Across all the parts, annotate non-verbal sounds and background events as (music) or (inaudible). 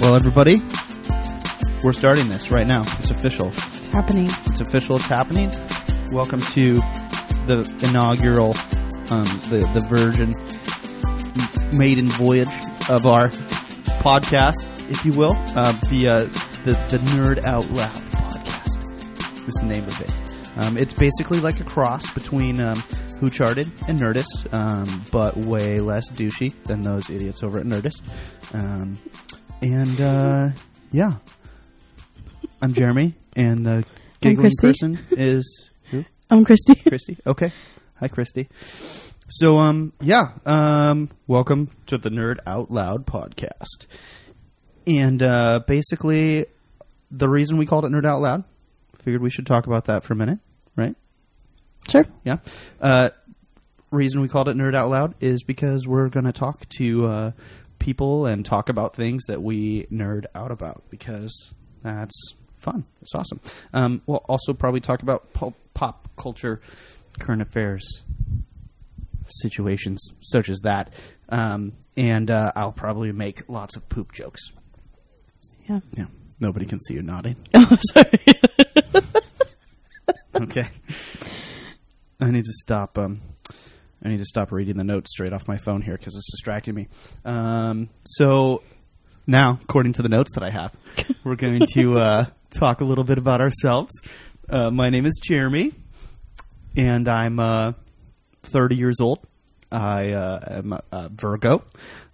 Well, everybody, we're starting this right now. It's official. It's happening. It's official. It's happening. Welcome to the inaugural, um, the the Virgin maiden voyage of our podcast, if you will. Uh, the uh, the the Nerd Out Loud podcast is the name of it. Um, it's basically like a cross between um, Who Charted and Nerdist, um, but way less douchey than those idiots over at Nerdist. Um, and uh, yeah, I'm Jeremy, and the giggling Christy. person is who? I'm Christy. (laughs) Christy. Okay. Hi, Christy. So, um, yeah, um, welcome to the Nerd Out Loud podcast. And uh, basically, the reason we called it Nerd Out Loud, figured we should talk about that for a minute, right? Sure. Yeah. Uh, reason we called it Nerd Out Loud is because we're going to talk to uh, people and talk about things that we nerd out about because that's fun. It's awesome. Um, we'll also probably talk about pop, pop culture, current affairs, situations such as that. Um, and uh, I'll probably make lots of poop jokes. Yeah. Yeah. Nobody can see you nodding. (laughs) Oh, sorry. okay. I need to stop. Um, I need to stop reading the notes straight off my phone here because it's distracting me. Um, so now, according to the notes that I have, we're going to uh, talk a little bit about ourselves. Uh, my name is Jeremy, and I'm uh, 30 years old. I uh, am a Virgo.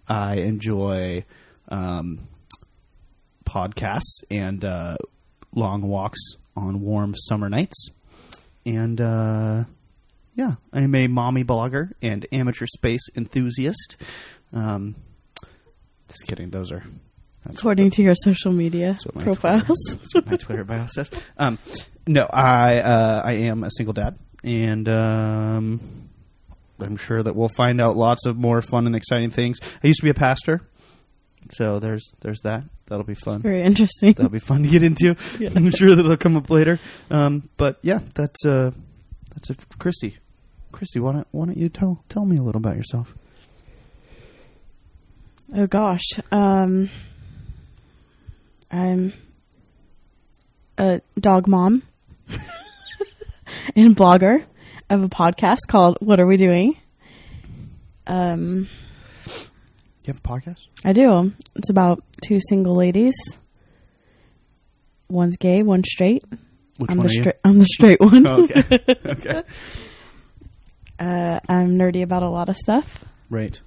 I enjoy um, podcasts and uh, long walks on warm summer nights. And uh, yeah, I'm a mommy blogger and amateur space enthusiast. Um, just kidding; those are that's According to your social media that's what my profiles. Twitter, that's what my Twitter bio says. Um, no, I uh, I am a single dad, and um, I'm sure that we'll find out lots of more fun and exciting things. I used to be a pastor, so there's there's that. That'll be fun. (laughs) Very interesting. That'll be fun to get into. Yeah. I'm sure that'll come up later. Um, but yeah, that's uh, that's it, for Christy. Christy, why don't why don't you tell tell me a little about yourself? Oh gosh. Um, I'm a dog mom (laughs) and blogger. I have a podcast called What Are We Doing? Um, You have a podcast? I do. It's about two single ladies. One's gay, one's straight. Which I'm one the are you? straight. I'm the straight one. Oh, okay. okay. (laughs) uh, I'm nerdy about a lot of stuff, Right.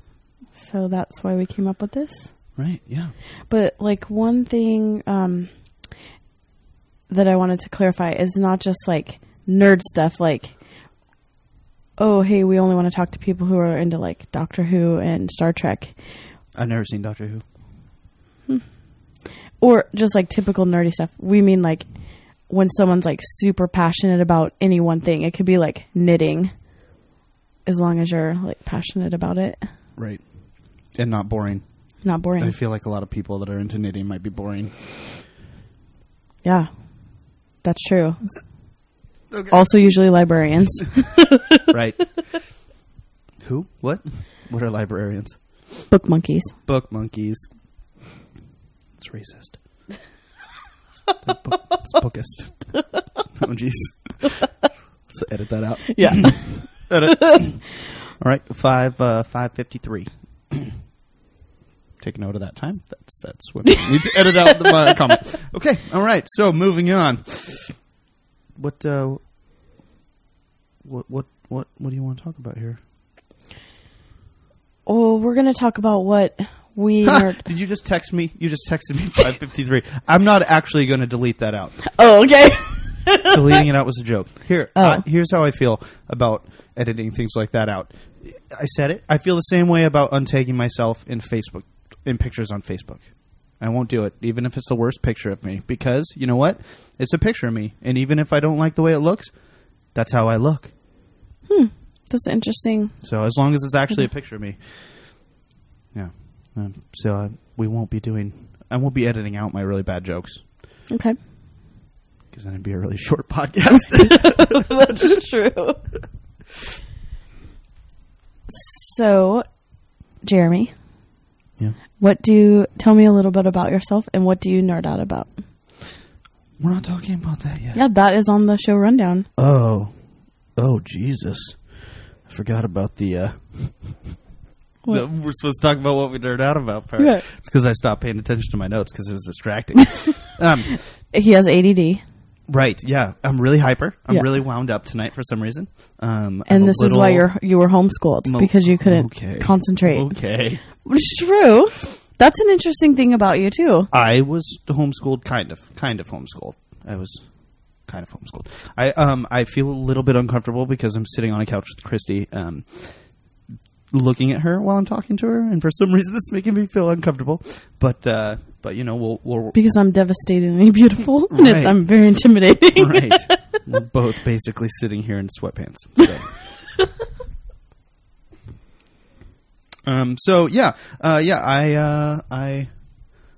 so that's why we came up with this. Right. Yeah. But like one thing um, that I wanted to clarify is not just like nerd stuff, like oh hey, we only want to talk to people who are into like Doctor Who and Star Trek, I've never seen Doctor Who. or just like typical nerdy stuff. We mean like when someone's like super passionate about any one thing, it could be like knitting, as long as you're like passionate about it, Right. And not boring. not boring. I feel like a lot of people that are into knitting might be boring. Yeah, that's true. Also, usually librarians. (laughs) right. Who? What? What are librarians? Book monkeys. Book monkeys. It's racist. They're book- it's bookist. Oh, jeez. Let's edit that out. (laughs) Yeah. Edit. All right. Five, uh, 553. Take note of that time. That's that's what we need to edit out the uh, comment. Okay. All right. So moving on. What uh, what what what what do you want to talk about here? well, Oh, we're gonna talk about what (laughs) we. Ha! nerd- (laughs) Did you just text me? You just texted me 553. I'm not actually going to delete that out. oh, okay. Deleting it out was a joke. Here, Oh. uh, here's how I feel about editing things like that out. I said it. I feel the same way about untagging myself in Facebook, in pictures on Facebook. I won't do it, even if it's the worst picture of me, because you know what? It's a picture of me, and even if I don't like the way it looks, that's how I look. That's interesting. So as long as it's actually a picture of me, yeah. Um, so uh, we won't be doing. I won't be editing out my really bad jokes Okay. because then it'd be a really (laughs) short podcast. (laughs) That's true. So, Jeremy, yeah. What do you tell me a little bit about yourself and what do you nerd out about? We're not talking about that yet. Yeah, that is on the show rundown. Oh, oh Jesus! I forgot about the. Uh, What? the- we're supposed to talk about what we nerd out about part. Yeah. It's because I stopped paying attention to my notes because it was (laughs) distracting. um, He has ADD, right? Yeah, I'm really hyper. I'm Yeah. really wound up tonight for some reason. Um, I'm and a this is why little- you're you were homeschooled Mo- because you couldn't okay. (laughs) concentrate. Okay, It's true. That's an interesting thing about you too. I was homeschooled, kind of, kind of homeschooled. I was kind of homeschooled. I um I feel a little bit uncomfortable because I'm sitting on a couch with Christy, um, looking at her while I'm talking to her, and for some reason it's making me feel uncomfortable. But uh, but you know we'll we'll Because I'm devastatingly beautiful. (laughs) and Right. I'm very (laughs) intimidating. right. We're both basically sitting here in sweatpants. So. (laughs) um. So yeah, uh, yeah. I uh, I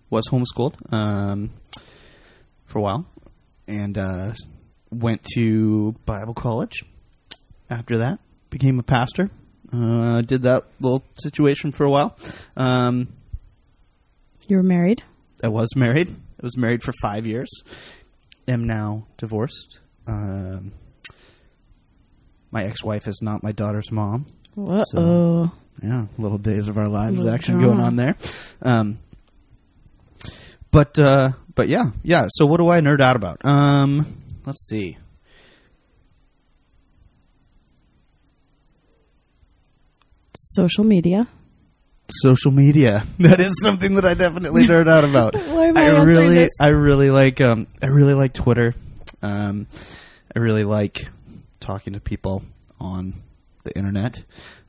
was homeschooled um, for a while, and uh, went to Bible college. After that, became a pastor. Uh, did that little situation for a while. Um, You were married. I was married. I was married for five years. Am now divorced. Um, my ex-wife is not my daughter's mom. Uh So- oh. Yeah, little days of our lives Little action drama. going on there. Um, but uh, but yeah, yeah. So what do I nerd out about? Um, let's see. Social media. Social media. (laughs) That is something that I definitely nerd out about. (laughs) Why am I I answering really, this? I really like, um, I really like Twitter. Um, I really like talking to people on the internet.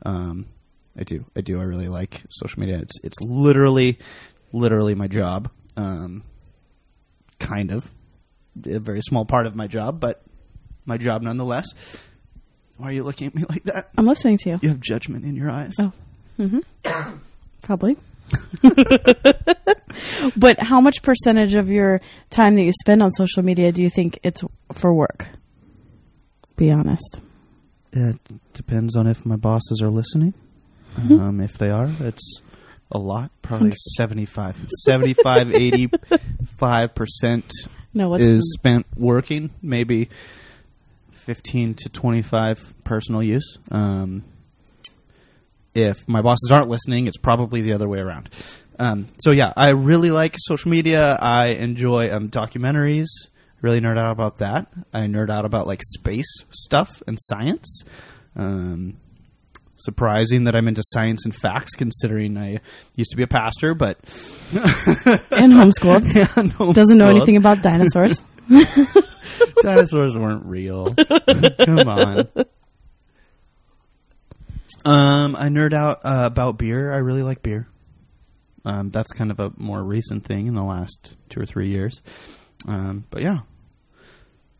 Um, I do, I do. I really like social media. It's, it's literally, literally my job. Um, kind of a very small part of my job, but my job nonetheless. Why are you looking at me like that? I'm listening to you. You have judgment in your eyes. Oh. Probably. (laughs) but how much percentage of your time that you spend on social media do you think it's for work? Be honest. It depends on if my bosses are listening. Um, if they are, it's a lot. Probably 75. 75, 85% No, what's is spent working. Maybe 15 to 25 personal use. Um, if my bosses aren't listening, it's probably the other way around. Um, so yeah, I really like social media. I enjoy um, documentaries. Really nerd out about that. I nerd out about like space stuff and science. Um, surprising that I'm into science and facts, considering I used to be a pastor, (laughs) but (laughs) and homeschooled. no, Doesn't know still- anything about (laughs) dinosaurs. Dinosaurs weren't real. (laughs) Come on. Um, I nerd out uh, about beer. I really like beer. Um, that's kind of a more recent thing in the last two or three years. Um, but yeah,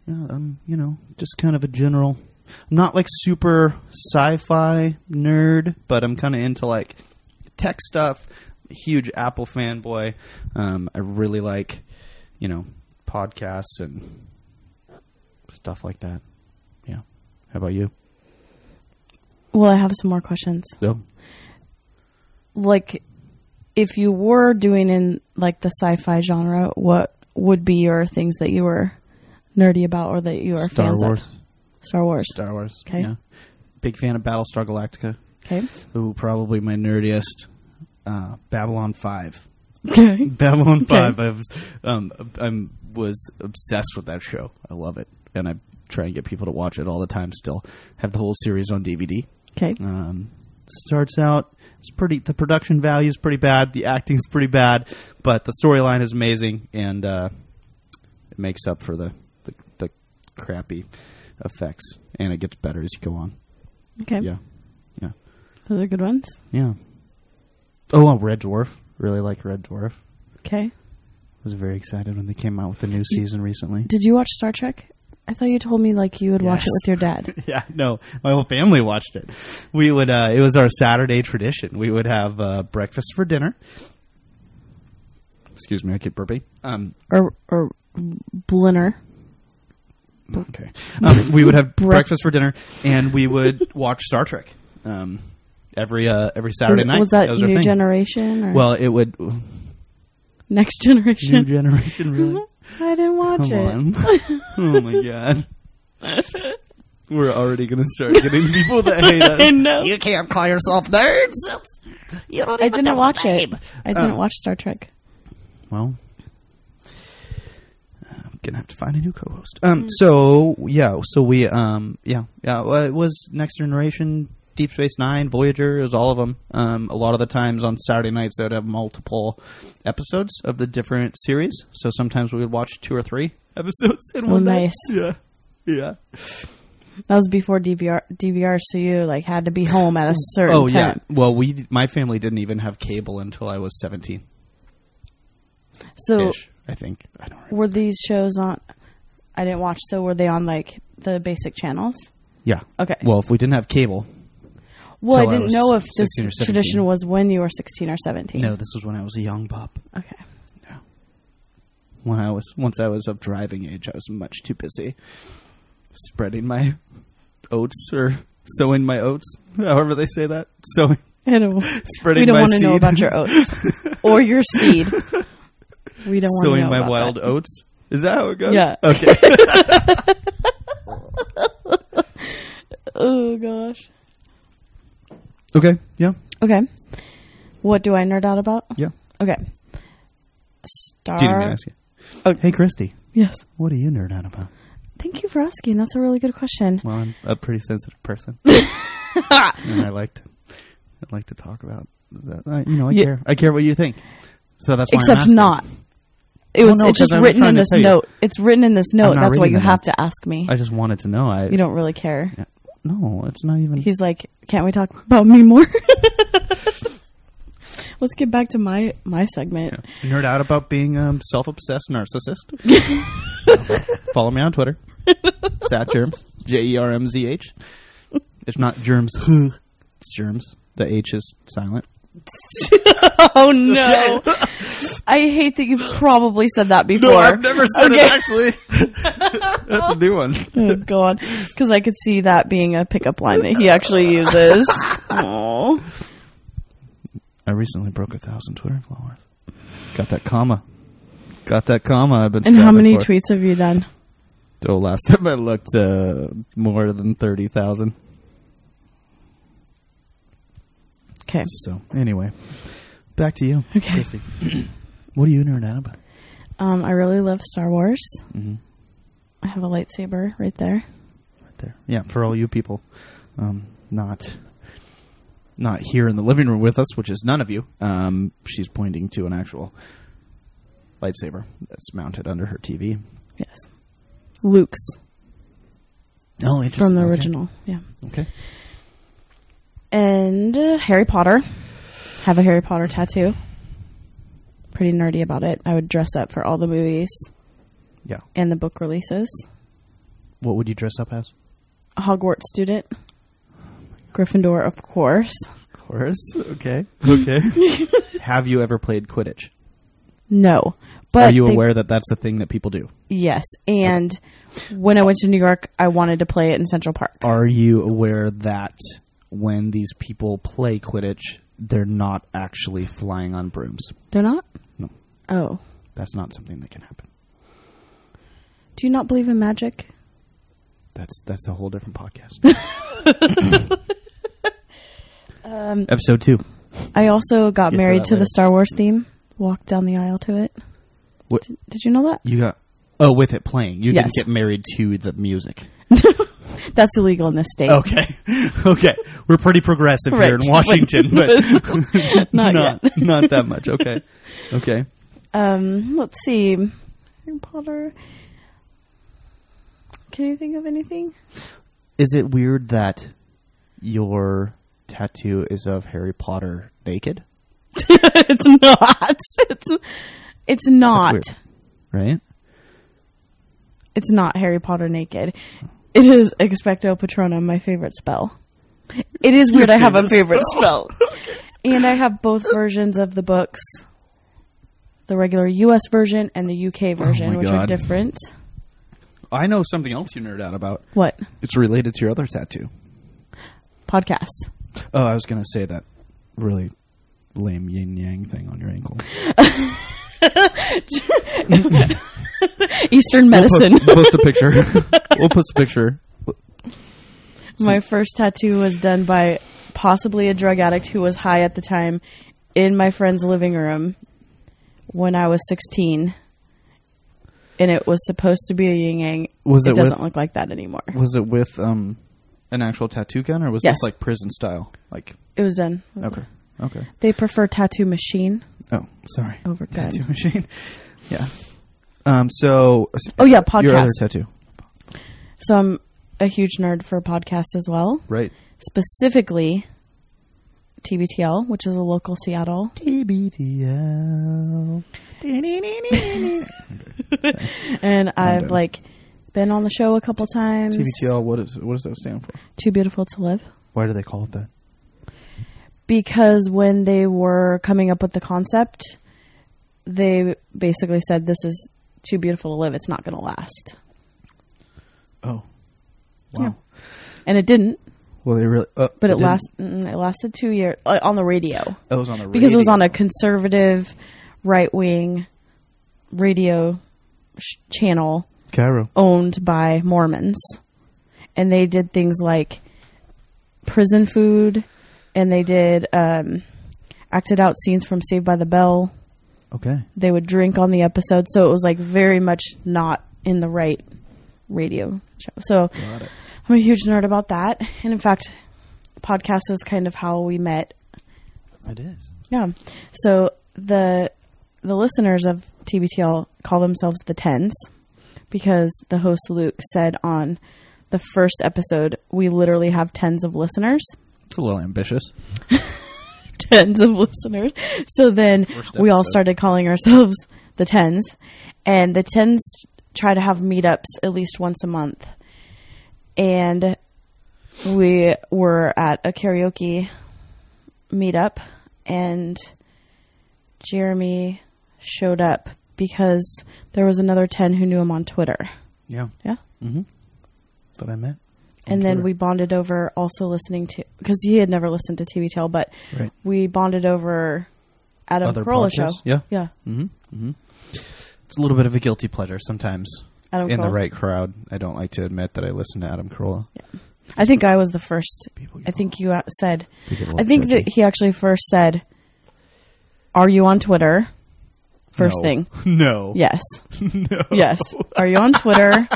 yeah. Um, you know, just kind of a general. I'm not like super sci-fi nerd, but I'm kind of into like tech stuff. Huge Apple fanboy. Um, I really like, you know, podcasts and stuff like that. Yeah. How about you? well, I have some more questions. No. Like if you were doing in like the sci-fi genre, what would be your things that you were nerdy about or that you are Star fans Wars. of? Star Wars. Star Wars. 'Kay. Yeah. Big fan of Battlestar Galactica. Okay. Ooh, probably my nerdiest. Uh, Babylon Five. (laughs) (laughs) Okay. Babylon Okay. Five. I was, um, I'm was obsessed with that show. I love it, and I try and get people to watch it all the time. Still have the whole series on DVD. Okay. Um, starts out it's pretty. The production value is pretty bad. The acting's pretty bad, but the storyline is amazing, and uh, it makes up for the, the the crappy effects, and it gets better as you go on. Okay. Yeah, yeah, Those are good ones. yeah. Oh, uh, Red Dwarf. Really like Red Dwarf. Okay. Was very excited when they came out with the new season recently. Did you watch Star Trek? I thought you told me like you would watch Yes. it with your dad. (laughs) yeah, no, my whole family watched it. We would. Uh, it was our Saturday tradition. We would have uh, breakfast for dinner. Excuse me, I keep burping. Um, or or Blinner. okay, um, we would have Brec- (laughs) breakfast for dinner, and we would watch Star Trek. Um, every uh, every Saturday Was, night. was that, was our new thing. generation or Well, it would next (laughs) new generation? generation really. I didn't watch Come it. (laughs) on. (laughs) oh my god. We're already gonna start getting people that hate I us. know. You can't call yourself nerds. You don't I even know didn't a watch it. name. I didn't watch Star Trek. Well, I'm gonna have to find a new co-host. Um. Mm. So yeah. So we um. Yeah. Yeah. Well, it was Next Generation, Deep Space Nine, Voyager. It was all of them. Um. A lot of the times on Saturday nights, they would have multiple episodes of the different series. So sometimes we would watch two or three episodes in Oh, one night. nice. (laughs) Yeah. Yeah. That was before DVR. DVR, so you like had to be home at a certain (laughs) Oh yeah. time. Well, we my family didn't even have cable until I was seventeen. So ish, I think. I don't remember. were these shows on? I didn't watch. So were they on like the basic channels? Yeah. Okay. Well, if we didn't have cable, Well, till I I didn't was know if this 16 or 17. tradition was when you were sixteen or seventeen. no, this was when I was a young pup. Okay. When I was once I was of driving age, I was much too busy spreading my oats or sowing my oats, however they say that. (laughs) Sowing, I don't, spreading. we don't my want to know seed. about your oats or (laughs) your seed. We don't want to sowing know my about wild that. oats. Is that how it goes? Yeah. Okay. (laughs) Oh gosh. okay. Yeah. Okay. What do I nerd out about? Yeah. Okay. Didn't even Star. ask you. Oh. Hey, Christy, Yes. what are you nerd out about? Thank you for asking. That's a really (laughs) good question. (laughs) Well, I'm a pretty sensitive person, and I like to, I like to talk about that. I, you know, I Yeah. care. I care what you think. So that's why I'm Except asking. not. It Well, was. no, it's 'cause just I was written trying in to this tell you. note. It's written in this note. not That's why reading you the have notes. to ask me. I just wanted to know. I you don't really care. no, it's not even. He's like, "Can't we talk about me more?" (laughs) Let's get back to my my segment. nerd out about being um, self-obsessed narcissist. So, follow me on Twitter. It's at germ j e r m z h. It's not germs. (laughs) it's germs. The H is silent. (laughs) Oh no! (laughs) I hate that you've probably said that before. said Okay. Actually, (laughs) that's a new one. Oh (laughs) god, because I could see that being a pickup line that he actually (laughs) uses. Oh, I recently broke a thousand Twitter followers. Got that comma. Got that comma. I've been. and how scrapping many for. tweets have you done? Oh, last time I looked, uh, more than thirty thousand. Okay, So anyway, back to you, Okay. Christy. (clears throat) what are you nerd out about? um, I really love Star Wars. Mhm. I have a lightsaber right there. Right there. Yeah, for all you people, um, not not here in the living room with us, which is none of you. Um, she's pointing to an actual lightsaber that's mounted under her TV. Yes, Luke's Oh, interesting. from the Okay. original. Yeah, Okay. and uh, Harry Potter. Have a Harry Potter tattoo. Pretty nerdy about it. I would dress up for all the movies Yeah. and the book releases. What would you dress up as? A Hogwarts student. Gryffindor, of course. Of course. Okay. (laughs) Okay. Have you ever played Quidditch? No, but Are you Uh, they- aware that that's the thing that people do? Yes, and when I went to New York, I wanted to play it in Central Park. Are you aware that when these people play Quidditch, they're not actually flying on brooms? They're not. No, Oh, that's not something that can happen. do you not believe in magic? That's that's a whole different podcast. (laughs) Um, Episode two. I also got Get to married that to later. the Star Wars theme. Walked down the aisle to it. What Did you know that? you got? Oh, with it playing, you Yes. didn't get married to the music. That's illegal in this state. Okay, (laughs) okay, we're pretty progressive Right. here in Washington, but (laughs) (laughs) (laughs) not, not yet. not that much. (laughs) Okay, okay. Um, let's see. Harry Potter. Can you think of anything? (laughs) Is it weird that your tattoo is of Harry Potter naked? it's not. It's it's not. weird. Right? It's not Harry Potter naked. It is Expecto Patronum, my favorite spell. It is weird. I have a favorite spell, (laughs) and I have both versions of the books: the regular U.S. version and the U.K. version, Oh my which are God. different. I know something else you nerd out about. What It's related to your other tattoo. (laughs) podcasts? Oh, I was going to say that really lame yin yang thing on your (laughs) ankle. Eastern medicine. We'll post, post a (laughs) picture. we'll post a picture. My first tattoo was done by possibly a drug addict who was high at the time in my friend's living room when I was 16. And it was supposed to be a yin yang. Was it with- doesn't look like that anymore. Was it with um, an actual tattoo gun, or was Yes. this like prison style? Like, It was done. okay, okay. They prefer tattoo machine Oh, sorry. over gun. (laughs) Tattoo machine. Yeah. Um. So. Oh, yeah, Your other podcast. tattoo, So I'm a huge nerd for podcasts as well. right? Specifically TBTL, which is a local Seattle TBTL. and I've done. like been on the show a couple times. TBTL. What is? What does that stand for? Too beautiful to live. Why do they call it that? Because when they were coming up with the concept, they basically said this is too beautiful to live. It's not going to last, Oh. Wow. Yeah. and it didn't. Well, they really. Uh, But it, didn't- last mm, it lasted two years uh, on the radio It was on the because it was radio. on a conservative, right wing radio sh- channel Cairo. owned by Mormons. And they did things like prison food and they did um, acted out scenes from Saved by the Bell. Oh. Okay. They would drink on the episode. So it was like very much not in the right radio show. So Got it. I'm a huge nerd about that. And in fact, podcast is kind of how we met. It is. Yeah. So the the listeners of TBTL call themselves the Tens because the host Luke said on the first episode we literally have tens of listeners, It's a little ambitious. (laughs) tens of listeners. So then First we all episode. started calling ourselves (laughs) the Tens, and the Tens try to have meetups at least once a month, and we were at a karaoke meetup and Jeremy showed up because there was another 10 who knew him on Twitter. Yeah. Yeah. Mm-hmm. That I met. And then we bonded over also listening to because he had never listened to TV Tell, but Right. we bonded over Adam Other Carolla show. podcasts? Yeah. yeah, Mm-hmm. It's a little bit of a guilty pleasure sometimes. Adam in the Carolla. right crowd, I don't like to admit that I listen to Adam Carolla. I think I was the first. People get I think you uh, said. People get a I little think judgy. that he actually first said, "Are you on Twitter?" First No. thing, (laughs) No. yes, yes. Are you on Twitter?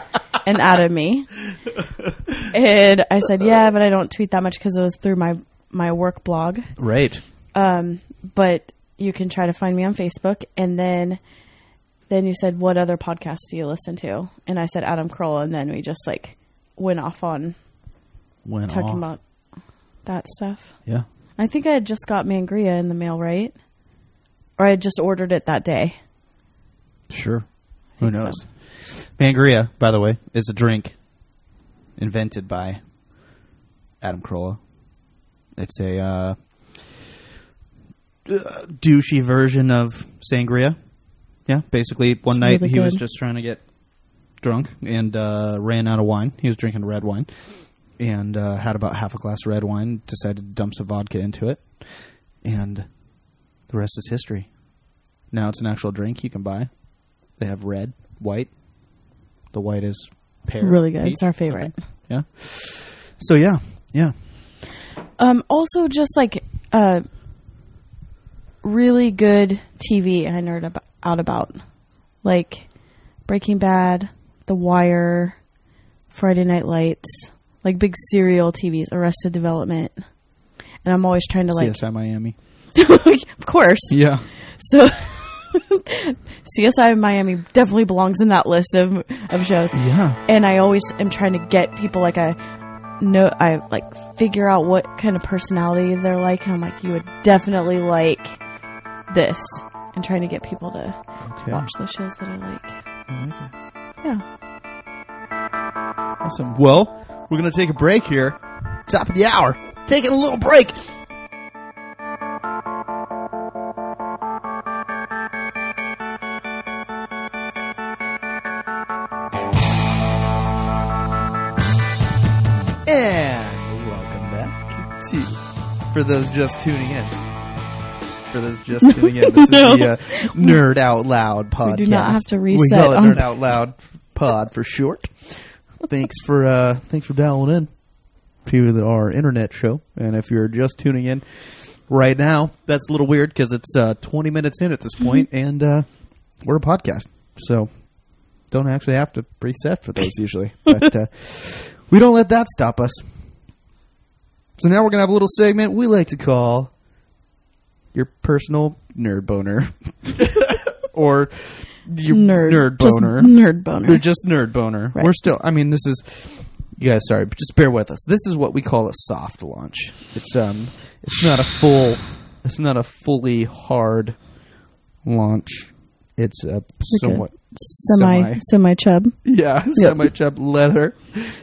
and added me. And I said, "Yeah, but I don't tweet that much because it was through my my work blog." Right. but you can try to find me on Facebook. And then, then you said, "What other podcast do you listen to?" And I said Adam Carolla, and then we just like went off on When talking off. about that stuff. Yeah. I think I had just got Mangria in the mail, right? Or I had just ordered it that day. Sure. Who think so. knows? Mangria, by the way, is a drink invented by Adam Carolla. It's a uh, uh, douchey version of sangria. Yeah, basically, one It's night really he was good. just trying to get drunk and uh, ran out of wine. He was drinking red wine and uh, had about half a glass of red wine, decided to dump some vodka into it, and the rest is history. Now it's an actual drink you can buy. They have red, white. The white is pear. Really good. peach, It's our I think. favorite. Yeah. So yeah, yeah. Um, also, just like uh, really good TV, I nerd ab- out about like Breaking Bad, The Wire, Friday Night Lights, like big serial TVs, Arrested Development, and I'm always trying to like, CSI Miami. of course. Yeah. So, (laughs) CSI Miami definitely belongs in that list of of shows Yeah. and I always am trying to get people like I know I like figure out what kind of personality they're like, and I'm like, you would definitely like this, and trying to get people to Okay. watch the shows that I like. I like it. Yeah, Awesome. Well, we're gonna take a break here. Top of the hour. Taking a little break. And welcome back to for those just tuning in. For those (laughs) just tuning in, this No. is the uh, Nerd Out Loud podcast. do not have to We call reset it on- Nerd Out Loud Pod for short. thanks for uh, thanks for dialing in to our internet show. And if you're just tuning in right now, that's a little weird because it's uh, 20 minutes in at Mm-hmm. this point, and uh, we're a podcast, so don't actually have to reset for those usually. But uh, we don't let that stop us. So now we're gonna have a little segment we like to call your personal nerd boner, or your nerd, nerd Just boner, nerd boner. we're just nerd boner. Right. We're still. I mean, this is. You guys, sorry, but just bear with us. This is what we call a soft launch. It's um, it's not a full. It's not a fully hard launch. It's a somewhat semi semi chub. (laughs) yeah, semi chub leather,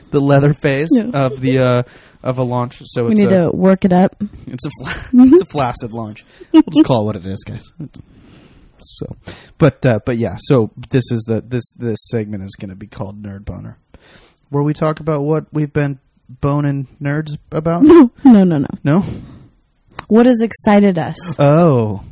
the leather phase Yeah. of the uh of a launch. So We it's need a, to work it up. (laughs) it's a fla- it's a flaccid launch. We'll just call it what it is, guys. So, but uh, but yeah. So this is the this this segment is going to be called Nerd Boner, where we talk about what we've been boning nerds (laughs) about. No, no, no, no. no. What has excited us? Oh.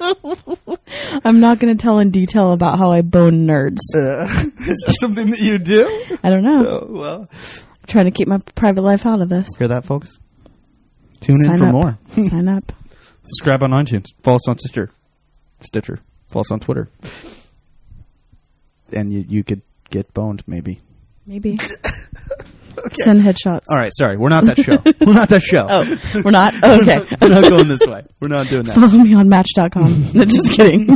I'm not going to tell in detail about how I bone nerds. Uh, (laughs) is that something that you do? I don't know. Oh, well. I'm trying to keep my private life out of this. Hear that, folks? Tune in Sign for up. more. Sign up. Subscribe on iTunes. Follow us on Stitcher. Stitcher. Follow us on Twitter. And you, you could get boned, maybe. (laughs) Maybe. Send headshots. All right, sorry. We're not that (laughs) show. we're not that show. Oh, we're not? Oh, okay. (laughs) (laughs) We're not going this way. We're not doing that. Follow me on Match.com. No, just kidding.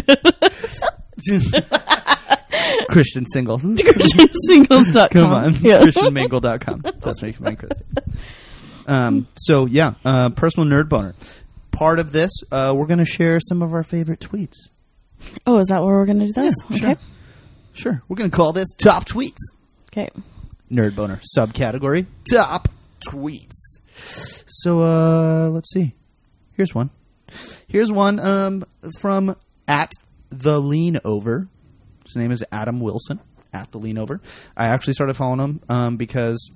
(laughs) Christian (laughs) singles. Singles.com. Come on. Yeah. ChristianMangle.com. That's where you can find Christian. Um, so, yeah, uh, personal nerd boner. Part of this, uh, we're going to share some of our favorite tweets. (laughs) Oh, is that where we're going to do this? Yeah, okay. sure. Sure. We're going to call this Top Tweets. Okay. Nerd boner subcategory top tweets. So uh, let's see. Here's one. Here's one um, from at the lean over. His name is Adam Wilson at the lean over. I actually started following him um, because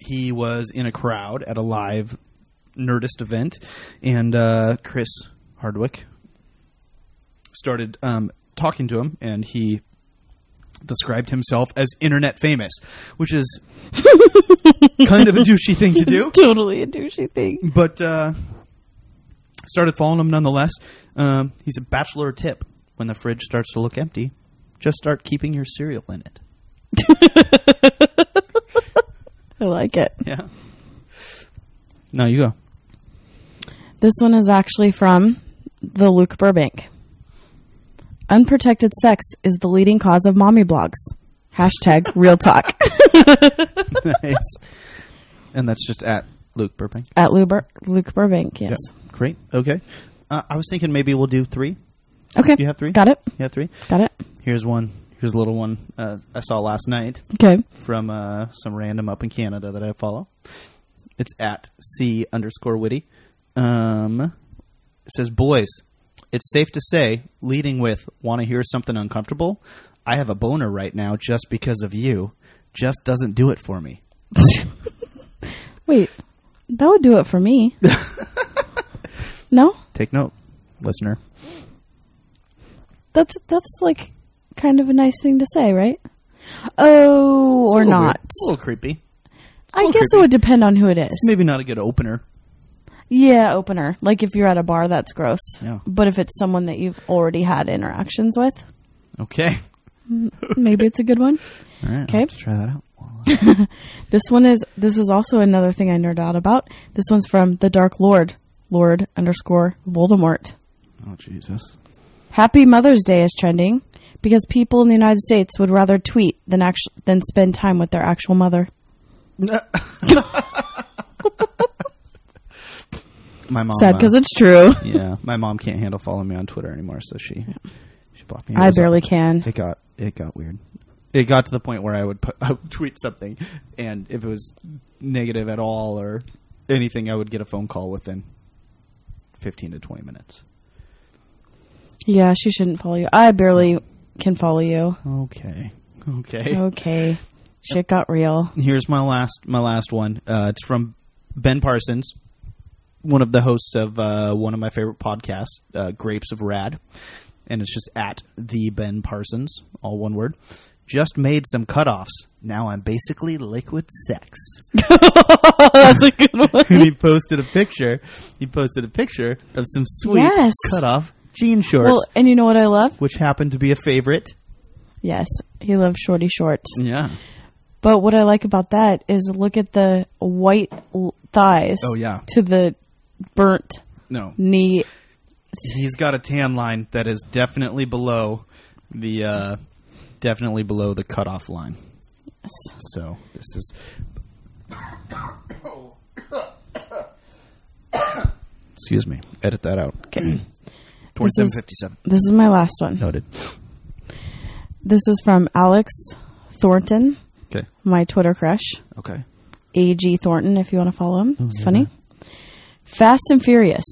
he was in a crowd at a live Nerdist event, and uh, Chris Hardwick started um, talking to him, and he described himself as internet famous, which is (laughs) kind of a douchey thing to do. Totally a douchey thing. But uh, started following him nonetheless. Um, he's a bachelor tip: when the fridge starts to look empty, just start keeping your cereal in it. I like it. (laughs) Yeah. Now you (laughs) go. This one is actually from the Luke Burbank. Unprotected sex is the leading cause of mommy blogs. Hashtag (laughs) real talk. nice. And that's just at Luke Burbank. At Lou Bur- Luke Burbank, yes. Yep. Great. Okay. Uh, I was thinking maybe we'll do three. Okay. You have three? Got it. You have three? Got it. Here's one. Here's a little one uh, I saw last night. Okay. from uh, some random up in Canada that I follow. It's at c underscore witty. Um, it says, "Boys, it's safe to say, leading with want to hear something uncomfortable. I have a boner right now just because of you. Just doesn't do it for me." Wait. That would do it for (laughs) me. no? Take note, listener. That's that's like kind of a nice thing to say, right? Oh, It's a little or weird. not. It's a little creepy. I little guess it creepy. would depend on who it is. Maybe not a good opener. Yeah, opener. Like if you're at a bar, that's gross. Yeah. But if it's someone that you've already had interactions with, Okay. maybe it's a (laughs) good one. All right. I'll Okay. have to try that out. This one is this is also another thing I nerd out about. This one's from the Dark Lord, Lord underscore Voldemort. Oh Jesus. Happy Mother's Day is trending because people in the United States would rather tweet than actu- than spend time with their actual mother. My mom. Sad uh, because it's true. yeah, my mom can't handle following me on Twitter anymore, so she she blocked me. It I was, uh, barely can. It got it got weird. It got to the point where I would put (laughs) I would tweet something, and if it was negative at all or anything, I would get a phone call within fifteen to twenty minutes. Yeah, she shouldn't follow you. I barely can follow you. Okay, okay. Okay, shit got real. (laughs) Here's my last my last one. Uh, it's from Ben Parsons, one of the hosts of uh, one of my favorite podcasts, uh, Grapes of Rad, and it's just at the Ben Parsons, all one word. Just made some cutoffs. Now I'm basically liquid sex. That's a good one. (laughs) and he posted a picture. He posted a picture of some sweet Yes. cutoff jean shorts, Well, and you know what I love? which happened to be a favorite. Yes, he loves shorty shorts. Yeah. But what I like about that is look at the white l- thighs. Oh, yeah. To the burnt No. knee. he's got a tan line that is definitely below the uh, definitely below the cutoff line. So this is. Excuse me. Edit that out. Okay. This (clears throat) Twenty-seven is- fifty-seven. This is my last one. Noted. This is from Alex Thornton, Okay. my Twitter crush. Okay. A.G. Thornton, if you want to follow Oh, him. It's funny. Fast and Furious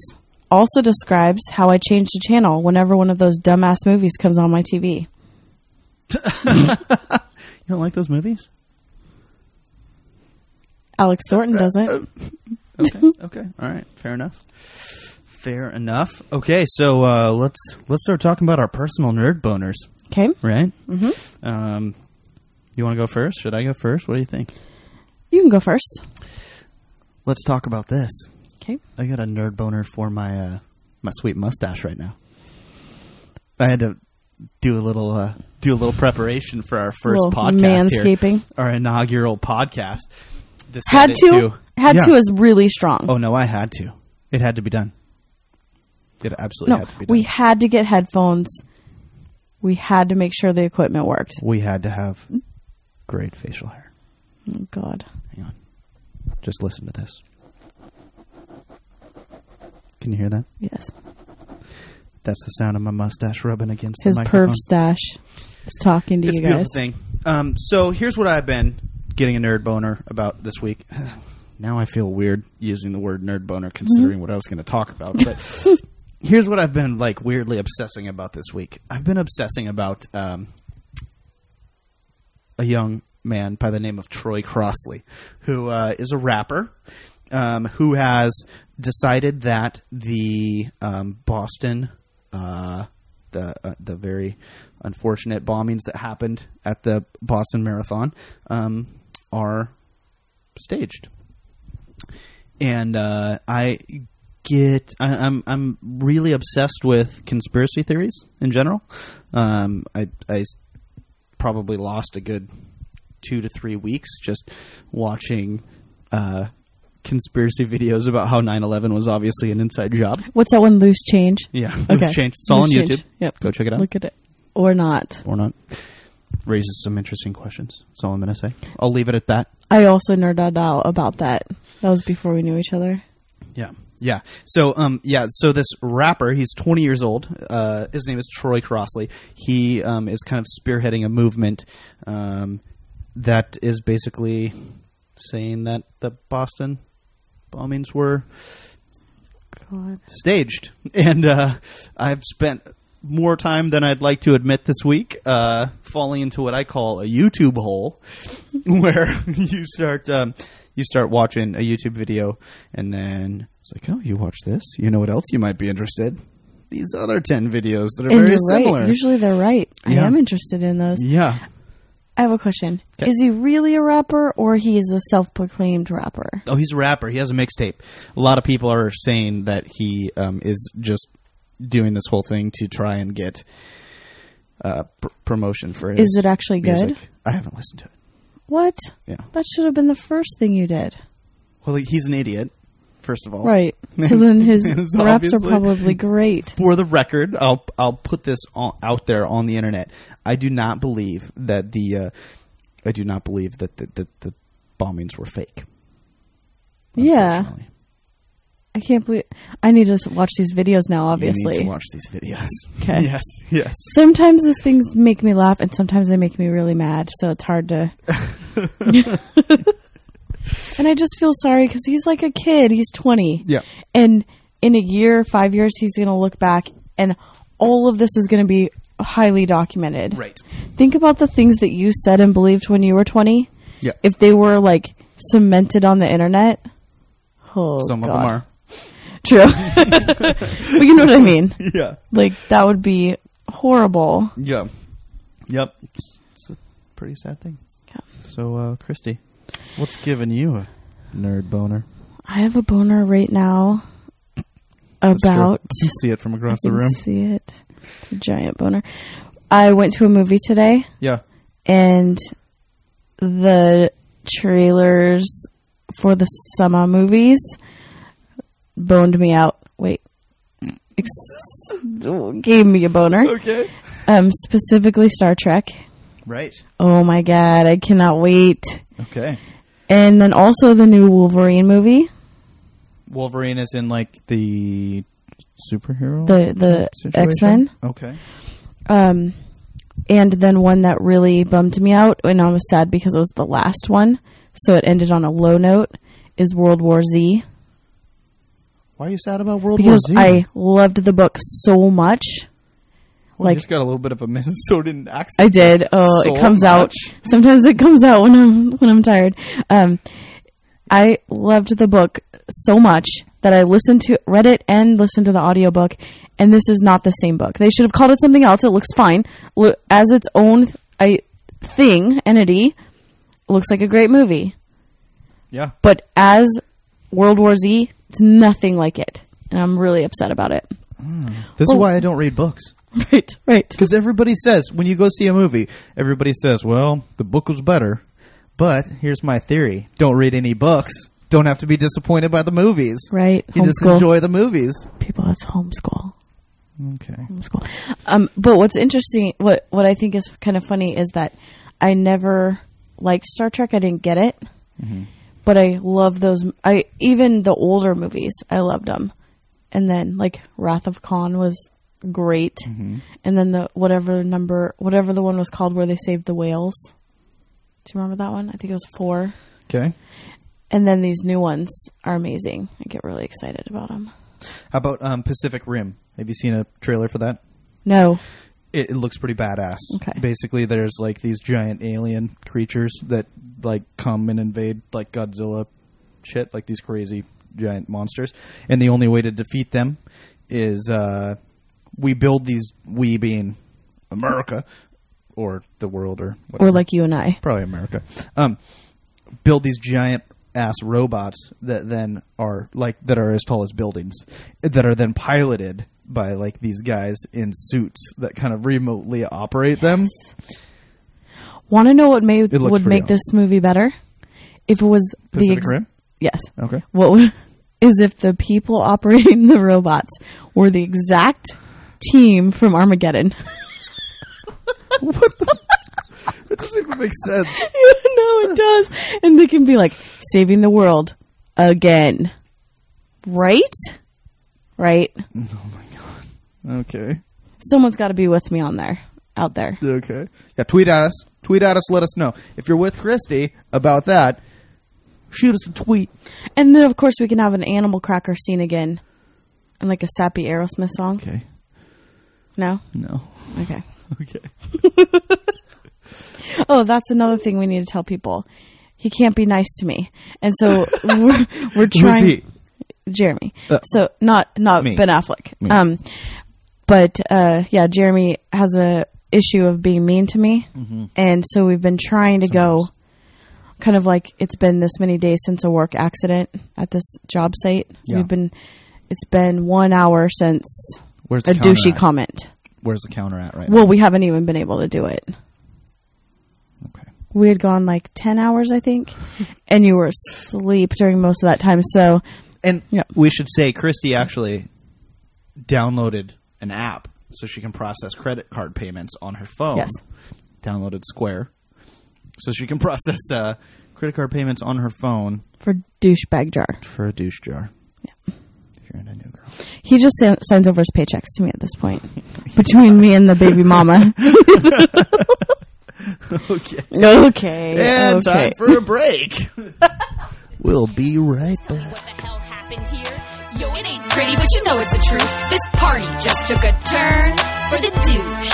also describes how I change the channel whenever one of those dumbass movies comes on my TV. You don't like those movies? Alex Thornton doesn't. (laughs) Okay. okay. All right. Fair enough. Fair enough. Okay. So uh, let's let's start talking about our personal nerd boners, Okay. right? Mm-hmm. Um, you want to go first? Should I go first? What do you think? You can go first. Let's talk about this. Okay. I got a nerd boner for my uh, my sweet mustache right now. I had to do a little uh, do a little preparation for our first Little podcast manscaping. here, our inaugural podcast. Had Decided to. Had Yeah. to is really strong. Oh no, I had to. It had to be done. It absolutely no, had to be done. we had to get headphones. We had to make sure the equipment worked. we had to have great facial hair. Oh, God. Hang on. Just listen to this. Can you hear that? Yes. That's the sound of my mustache rubbing against His the perv microphone. stash is talking to it's you a guys. beautiful thing. Um, so here's what I've been getting a nerd boner about this week. (sighs) now I feel weird using the word nerd Mm-hmm. boner considering what I was going to talk about. (laughs) But here's what I've been like weirdly obsessing about this week. I've been obsessing about um, a young man by the name of Troy Crossley, who uh, is a rapper um, who has decided that the um, Boston, uh, the uh, the very unfortunate bombings that happened at the Boston Marathon, um, are staged and uh, I get I, I'm I'm really obsessed with conspiracy theories in general. Um, I I s- probably lost a good two to three weeks just watching uh, conspiracy (laughs) videos about how 9/11 was obviously an inside job. What's that one? Loose change? Yeah, (laughs) it was changed. It's all Loose on change. YouTube. Yep. Go check it out Look at it. Or not. or not. Raises some interesting questions. That's all I'm gonna say. I'll leave it at that. I also nerded out about that. That was before we knew each other. Yeah. Yeah. So um yeah, so this rapper, he's 20 years old. Uh his name is Troy Crossley. He um is kind of spearheading a movement um that is basically saying that the Boston bombings were God. staged. (laughs) And uh, I've spent more time than I'd like to admit this week uh, falling into what I call a YouTube hole, (laughs) where (laughs) you start um, you start watching a YouTube video, and then it's like, oh, you watch this, you know what else you might be interested? These other ten videos that are And very you're similar. right. Usually they're right. I Yeah. am interested in those. yeah. I have a question. Okay. Is he really a rapper or he is a self proclaimed rapper? Oh, he's a rapper. He has a mixtape. A lot of people are saying that he um, is just doing this whole thing to try and get uh, pr- promotion for his. Is it actually good? music. I haven't listened to it. What? Yeah. That should have been the first thing you did. Well, he- he's an idiot. First of all, Right. (laughs) So then his (laughs) It's raps are obviously- probably (laughs) great. For the record, I'll I'll put this on, out there on the internet. I do not believe that the uh, I do not believe that the, that the bombings were fake. Yeah. unfortunately. I can't believe I need to s- watch these videos now, you obviously. need to watch these videos. (laughs) Okay. Yes. Yes. sometimes these things make me laugh and sometimes they make me really mad so it's (laughs) hard to and i just feel sorry because he's like a kid he's 20 Yeah. and in a year five years he's going to look back and all of this is going to be highly documented Right. think about the things that you said and believed when you were 20 Yeah. if they were like cemented on the internet Oh, Some God. of them (laughs) are. True. (laughs) (laughs) but you know what I mean. Yeah. Like, that would be horrible. Yeah. Yep. It's, it's a pretty sad thing. Yeah. So, uh, Christy, what's giving you a nerd boner? I have a boner right now about. You see it from across the (laughs) room. You see it. It's a giant boner. I went to a movie today Yeah. and the trailers for the summer movies boned me out. Wait. Ex- gave me a boner. Okay. Um specifically Star Trek. Right. Oh my god, I cannot wait. Okay. And then also the new Wolverine movie, Wolverine is in like the superhero the the situation? X-Men. Okay. Um and then one that really bummed me out and I was sad because it was the last one, so it ended on a low note is World War Z. Why are you sad about World because War Z? I loved the book so much. Well, like- you just got a little bit of a (laughs) Minnesotan accent. I did. Oh, So it comes out. much. Sometimes it comes out when I'm when I'm tired. Um, I loved the book so much that I listened to read it and listened to the audiobook and this is not the same book. They should have called it something else. It looks fine. Lo- as its own I, thing, entity, looks like a great movie. Yeah. But as World War Z, it's nothing like it. And I'm really upset about it. (laughs) This Well- is why I don't read books. Right, right. Because everybody says, when you go see a movie, everybody says, well, the book was better. But here's my theory don't read any books. Don't have to be disappointed by the movies. Right. You just homeschool. enjoy the movies. people that's homeschool. Okay. Homeschool. Um, but what's interesting, what what I think is kind of funny is that I never liked Star Trek. I didn't get it, but I love those. I even the older movies. I loved them, and then like Wrath of Khan was great, and then the whatever number, whatever the one was called, where they saved the whales. Do you remember that one? I think it was four. Okay. And then these new ones are amazing. I get really excited about them. How about um, Pacific Rim? Have you seen a trailer for that? No, It, it looks pretty badass. Okay. Basically, there's like these giant alien creatures that like come and invade like Godzilla shit, like these crazy giant monsters. And the only way to defeat them is uh, we build these, we being America or the world or whatever or like you and I. probably America, um, build these giant ass robots that then are like that are as tall as buildings that are then piloted by like these guys in suits that kind of remotely operate them. Want to know what made It looks would pretty make awesome. this movie better? If it was the Pacific ex- Rim. yes. Okay. What would, (laughs) is if the people operating (laughs) the robots were the exact team from Armageddon? (laughs) (laughs) That doesn't even make sense. you (laughs) know it does, and they can be like saving the world again, right? Right. Okay. Someone's got to be with me on there, out there. Okay. Yeah. Tweet at us. Tweet at us. Let us know if you're with Christy about that. Shoot us a tweet. And then, of course, we can have an animal cracker scene again, and like a sappy Aerosmith song. Okay. No, No. (laughs) okay. Okay. oh, that's another thing we need to tell people. He can't be nice to me, and (laughs) so we're, we're trying. he? Jeremy. Uh, so not not me. Ben Affleck. Me. Um, but uh, yeah, Jeremy has a issue of being mean to me, Mm-hmm. and so we've been trying to go. Kind of like it's been this many days since a work accident at this job site. Yeah. We've been, it's been one hour since Where's the a counter douchey at? comment. Where's the counter at right Well, we haven't even been able to do it. now? Okay. we had gone like 10 hours (laughs) i think and you were asleep during most of that time so And Yeah. we should say Christy actually downloaded an app so she can process credit card payments on her phone. Yes. Downloaded Square. So she can (laughs) process uh, credit card payments on her phone for douchebag jar for a douche jar. Yeah. If you're into new girl. he just sen- sends over his paychecks to me at this (laughs) point between me and the baby mama Okay. okay And okay time for a break. (laughs) we'll be right Tell me what the hell happened here. Yo, it ain't pretty, but you know it's the truth. This party just took a turn for the douche.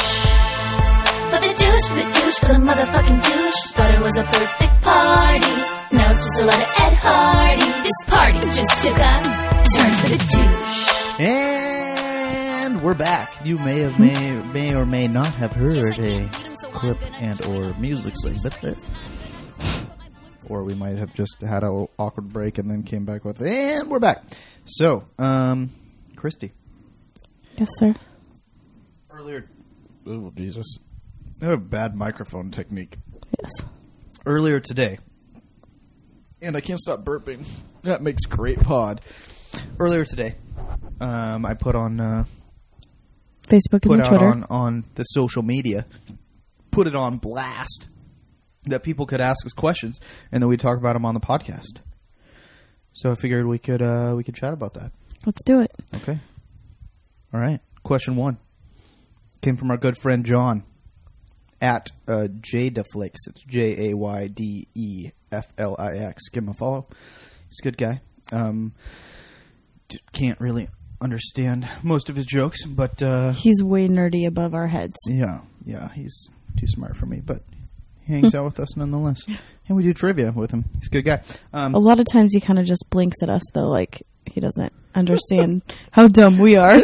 For the douche, for the douche, for the motherfucking douche. Thought it was a perfect party. Now it's just a lot of Ed Hardy. This party just took a turn for the douche. And we're back. You may have may may or may not have heard a clip and or music segment, but or we might have just had an awkward break and then came back with and we're back. So, um, Christy, Yes, sir. earlier, oh Jesus, I have a bad microphone technique. Yes. earlier today, and I can't stop burping. That makes great pod. Earlier today, um, I put on uh, Facebook put and out Twitter. on on the social media, put it on blast that people could ask us questions, and then we talk about them on the podcast. So I figured we could uh, we could chat about that. Let's do it. Okay. All right. Question one came from our good friend John at uh, JDeflix. It's J A Y D E F L I X. Give him a follow. He's a good guy. Um, d- can't really understand most of his jokes, but uh, He's way nerdy above our heads. yeah, yeah, he's too smart for me, but. He hangs out with us nonetheless, and we do trivia with him. He's a good guy. Um, A lot of times he kind of just blinks at us though, like he doesn't understand (laughs) how dumb we are.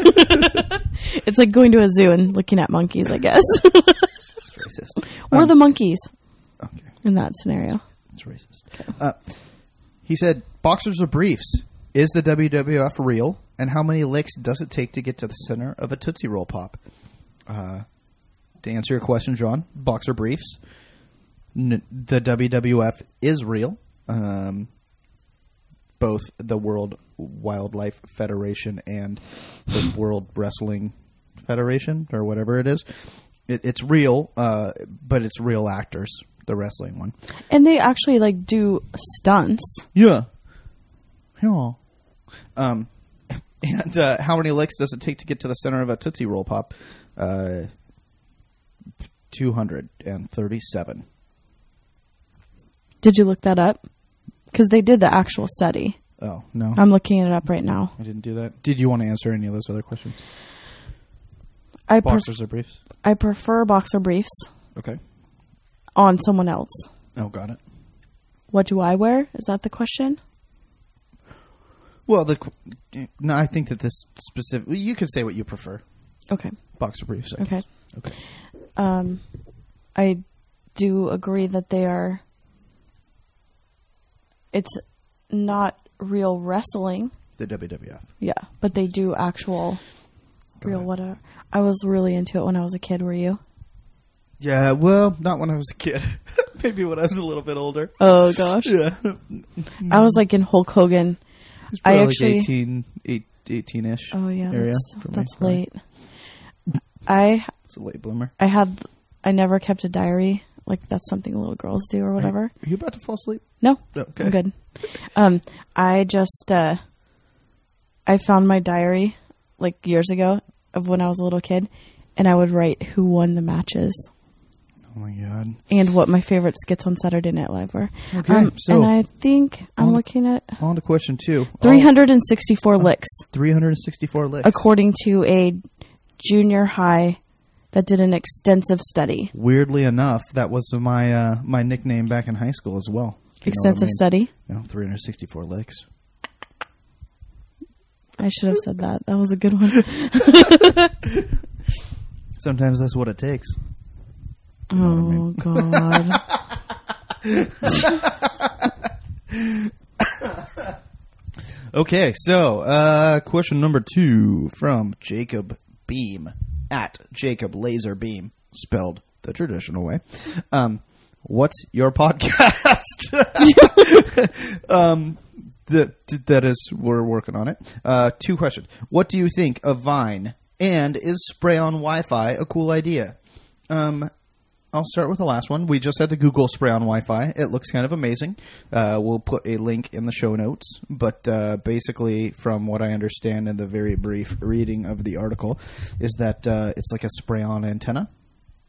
it's like going to a zoo and looking at monkeys, I guess. it's racist. We're the monkeys Okay. in that scenario. It's racist. Uh, he said, "Boxers or briefs? Is the WWF real? And how many licks does it take to get to the center of a tootsie roll pop?" Uh, to answer your question, John, boxer briefs. N- the WWF is real. Um, both the World Wildlife Federation and the World Wrestling Federation, or whatever it is, it, it's real. Uh, but it's real actors. The wrestling one. And they actually like do stunts. Yeah. Yeah. Um, (laughs) and uh, how many licks does it take to get to the center of a Tootsie Roll Pop? Uh, 237. Did you look that up? Because they did the actual study. Oh, no. I'm looking it up right now. I didn't do that. Did you want to answer any of those other questions? I pref- Boxers or briefs? I prefer boxer briefs Okay. on someone else. Oh, got it. What do I wear? Is that the question? Well, the qu- no, I think that this specific. well, You can say what you prefer. Okay. Boxer briefs. I guess. Okay. Okay. Um, I do agree that they are. It's not real wrestling, The WWF. yeah, but they do actual real it. whatever. I was really into it when I was a kid. Were you? Yeah. Well, not when I was a kid. (laughs) Maybe when I was a little bit older. Oh gosh, Yeah. (laughs) I was like in Hulk Hogan. It's I probably actually- like 18, 18 ish. Oh yeah, area that's, for me, that's really. late. (laughs) I It's a late bloomer. I had I never kept a diary. Like that's something little girls do or whatever. Are you about to fall asleep? No. Okay. I'm good. Um, I just uh, I found my diary like years ago of when I was a little kid, and I would write who won the matches Oh my god. and what my favorite skits on Saturday Night Live were. Okay, Um, so- and I think I'm On- looking at On to question two. 364 licks, Three hundred and sixty-four licks. according to a junior high that did an extensive study. Weirdly enough, that was my uh, my nickname back in high school as well. You know what I Extensive mean? study. You know, three hundred sixty-four licks. I should have said that. That was (laughs) a good one. Sometimes that's what it takes. Oh God. Okay, so uh, question number two from Jacob Beam at Jacob Laser Beam, spelled the traditional way. Um, what's your podcast? (laughs) um, that that is we're working on it. Uh, two questions. What do you think of Vine? And is spray on Wi-Fi a cool idea? Um, I'll start with the last one. We just had to Google spray on Wi-Fi. It looks kind of amazing. Uh, we'll put a link in the show notes. But uh, basically, from what I understand in the very brief reading of the article, is that uh, it's like a spray-on antenna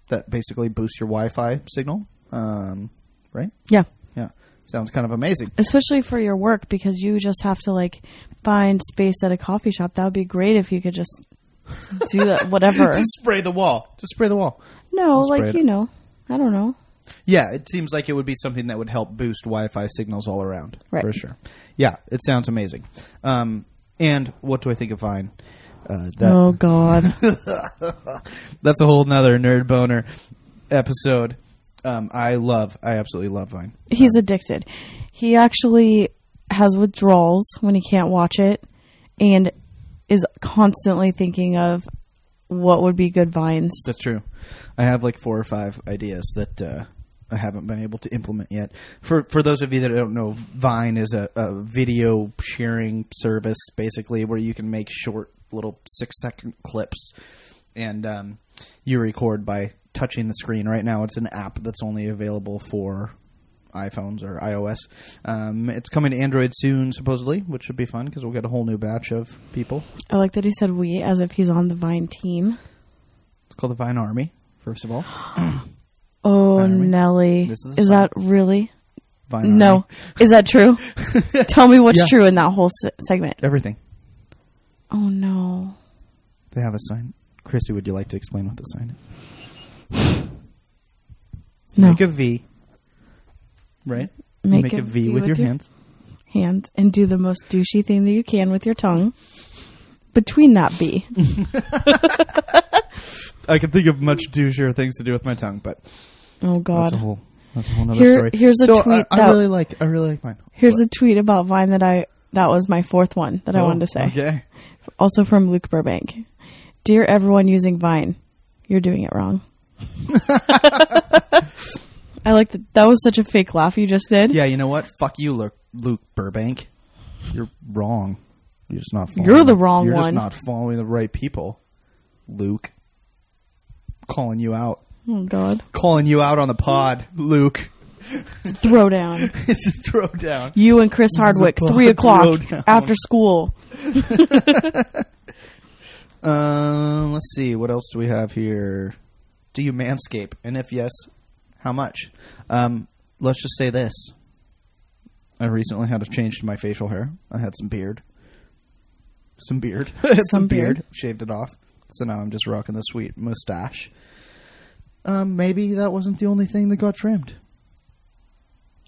that basically boosts your Wi-Fi signal. Um, right? yeah. Yeah. Sounds kind of amazing. especially for your work because you just have to like find space at a coffee shop that would be great if you could just do that (laughs) whatever Just spray the wall. Just spray the wall. no Spray like it. you know i don't know Yeah, it seems like it would be something that would help boost Wi-Fi signals all around. Right. For sure. Yeah, it sounds amazing. Um, and what do I think of Vine? Uh, that, oh God. That's a whole nother nerd boner episode. Um, I love, I absolutely love Vine. (laughs) He's addicted. He actually has withdrawals when he can't watch it and is constantly thinking of what would be good vines. That's true. I have like four or five ideas that uh, I haven't been able to implement yet. For for those of you that don't know, Vine is a, a video sharing service, basically where you can make short little six second clips, and um, you record by touching the screen. Right now, it's an app that's only available for iPhones or iOS. Um, it's coming to Android soon, supposedly, which should be fun because we'll get a whole new batch of people. I like that he said we as if he's on the vine team. It's called the Vine Army. First of all, Oh, Vine Army? Nelly. This is Is, a song. that really? Vine Army. No. Is (laughs) that true? Tell me what's Yeah. true in that whole se- segment. everything. Oh, no. They have a sign. Christy, would you like to explain what the sign is? No. Make a V. Right? You Make Make a a V V with, with your your- hands. hand and do the most douchey thing that you can with your tongue between that (laughs) B. I can think of much douchier things to do with my tongue, but Oh, that's God. a whole that's a whole nother Here- story. here's a so uh, tweet I, I that- really like I really like mine. Here's a tweet about Vine that I that was my fourth one that Oh, I wanted to say. Okay. Also from Luke Burbank. Dear everyone using Vine, you're doing it (laughs) wrong. I like that. That was such a fake laugh you just did. Yeah, you know what? Fuck you, Luke, Luke Burbank. You're wrong. You're just not following You're the wrong You're just one. not following the right people. Luke. Calling you out. Oh God. Calling you out on the pod, Luke. (laughs) Throw down. it's a throwdown. You and Chris Hardwick, pod (laughs) three o'clock throwdown. after school. Um, let's see. What else do we have here? Do you manscape? And if yes, how much? Um, let's just say this. I recently had a change to my facial hair. I had some beard. Some beard. (laughs) I had some Some beard. beard. Shaved it off. So now I'm just rocking the sweet mustache. Um, maybe that wasn't the only thing that got trimmed.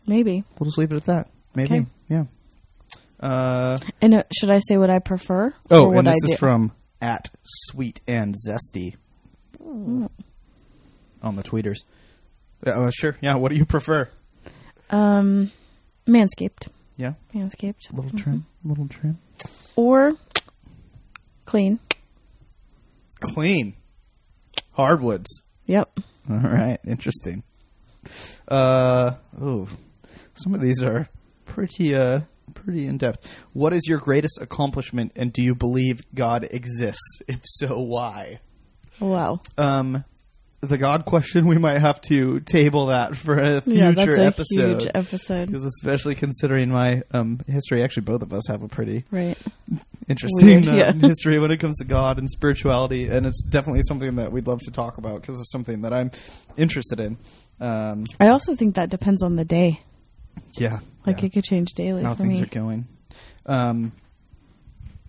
Maybe. We'll just leave it at that. Maybe. Okay. Yeah. Uh, And uh, should I say what I prefer? oh, or what and this I is do? from at sweet and zesty on the tweeters. Uh, sure. Yeah. What do you prefer? um, Manscaped. Yeah. Manscaped. Little trim. Mm-hmm. Little trim. Or clean. Clean. Hardwoods. Yep. All right. Interesting. Uh. Oh. Some of these are pretty. Uh. Pretty in depth. What is your greatest accomplishment, and do you believe God exists? If so, why? Wow. um the god question we might have to table that for a future yeah, that's a episode huge episode. because especially considering my um, history actually both of us have a pretty Right. interesting Weird, uh, yeah. history when it comes to god and spirituality and it's definitely something that we'd love to talk about because it's something that i'm interested in um, I also think that depends on the day. yeah Like yeah. it could change daily how for things me. are going um,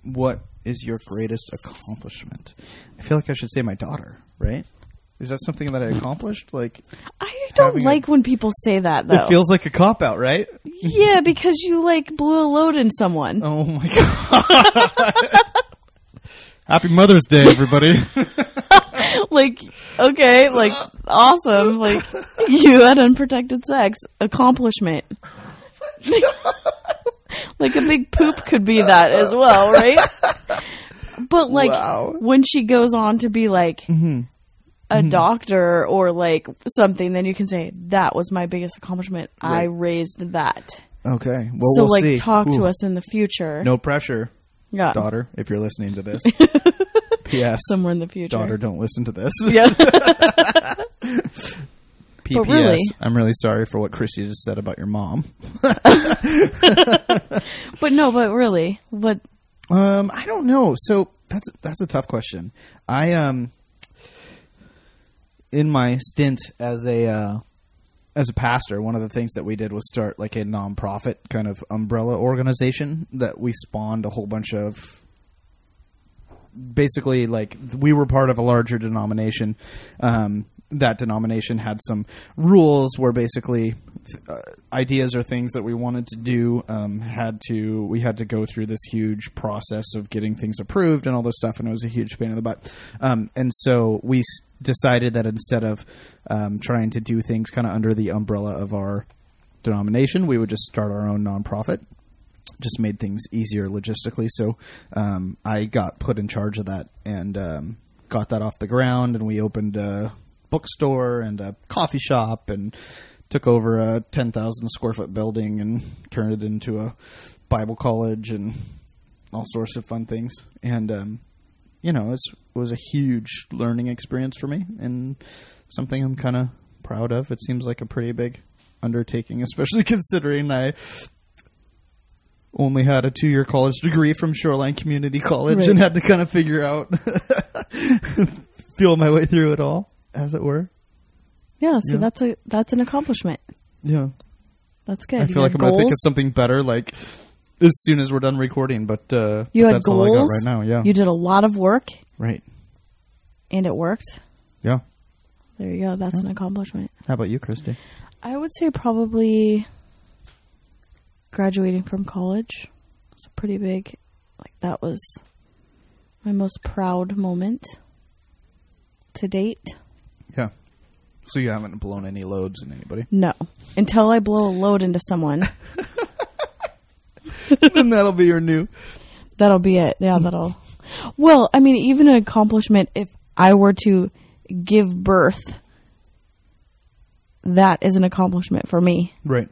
what is your greatest accomplishment i feel like i should say my daughter right is that something that i accomplished like I don't having a- like when people say that though. It feels like a cop out, right? yeah, because you like blew a load in someone. Oh my (laughs) god. Happy Mother's Day, (laughs) everybody. Like okay, like awesome. Like you had unprotected sex. Accomplishment. (laughs) like a big poop could be that as well, right? But like Wow. Mm-hmm. when she goes on to be like a doctor or like something, then you can say that was my biggest accomplishment. I raised that. okay. Well, so we'll like see. talk to Ooh. us in the future. No pressure, yeah, daughter, if you're listening to (laughs) this. P.S. somewhere in the future. Daughter, don't listen to this. (laughs) Yeah, PPS. really. I'm really sorry for what Christy just said about your mom. but no, but really, but Um, I don't know. So that's that's a tough question. I um, in my stint as a uh, as a pastor, one of the things that we did was start like a nonprofit kind of umbrella organization that we spawned a whole bunch of basically like we were part of a larger denomination um, that denomination had some rules where basically uh, ideas or things that we wanted to do um, had to we had to go through this huge process of getting things approved and all this stuff, and it was a huge pain in the butt. Um, and so we s- decided that instead of um, trying to do things kind of under the umbrella of our denomination, we would just start our own nonprofit just made things easier logistically. So um, I got put in charge of that and um, got that off the ground. And we opened a bookstore and a coffee shop and took over a 10,000 square foot building and turned it into a Bible college and all sorts of fun things. And, um, you know, it was a huge learning experience for me and something I'm kind of proud of. It seems like a pretty big undertaking, (laughs) especially considering I only had a two year college degree from Shoreline Community College Right. and had to kind of figure out, (laughs) feel my way through it all, as it were. Yeah, so Yeah. that's a that's an accomplishment. Yeah. That's good. I You feel like had I'm going to think of goals? something better, like as soon as we're done recording. But uh, You but had that's goals all I got right now. Yeah, You did a lot of work right. and it worked. Yeah. There you go. That's an accomplishment. How about you, Christy? I would say probably graduating from college. It's a pretty big like that was my most proud moment to date. Yeah. So you haven't blown any loads in (laughs) anybody, (laughs) No. Until I blow a load into someone. and that'll be your new. That'll be it. Yeah, that'll. Well, I mean, even an accomplishment if I were to give birth, that is an accomplishment for me Right.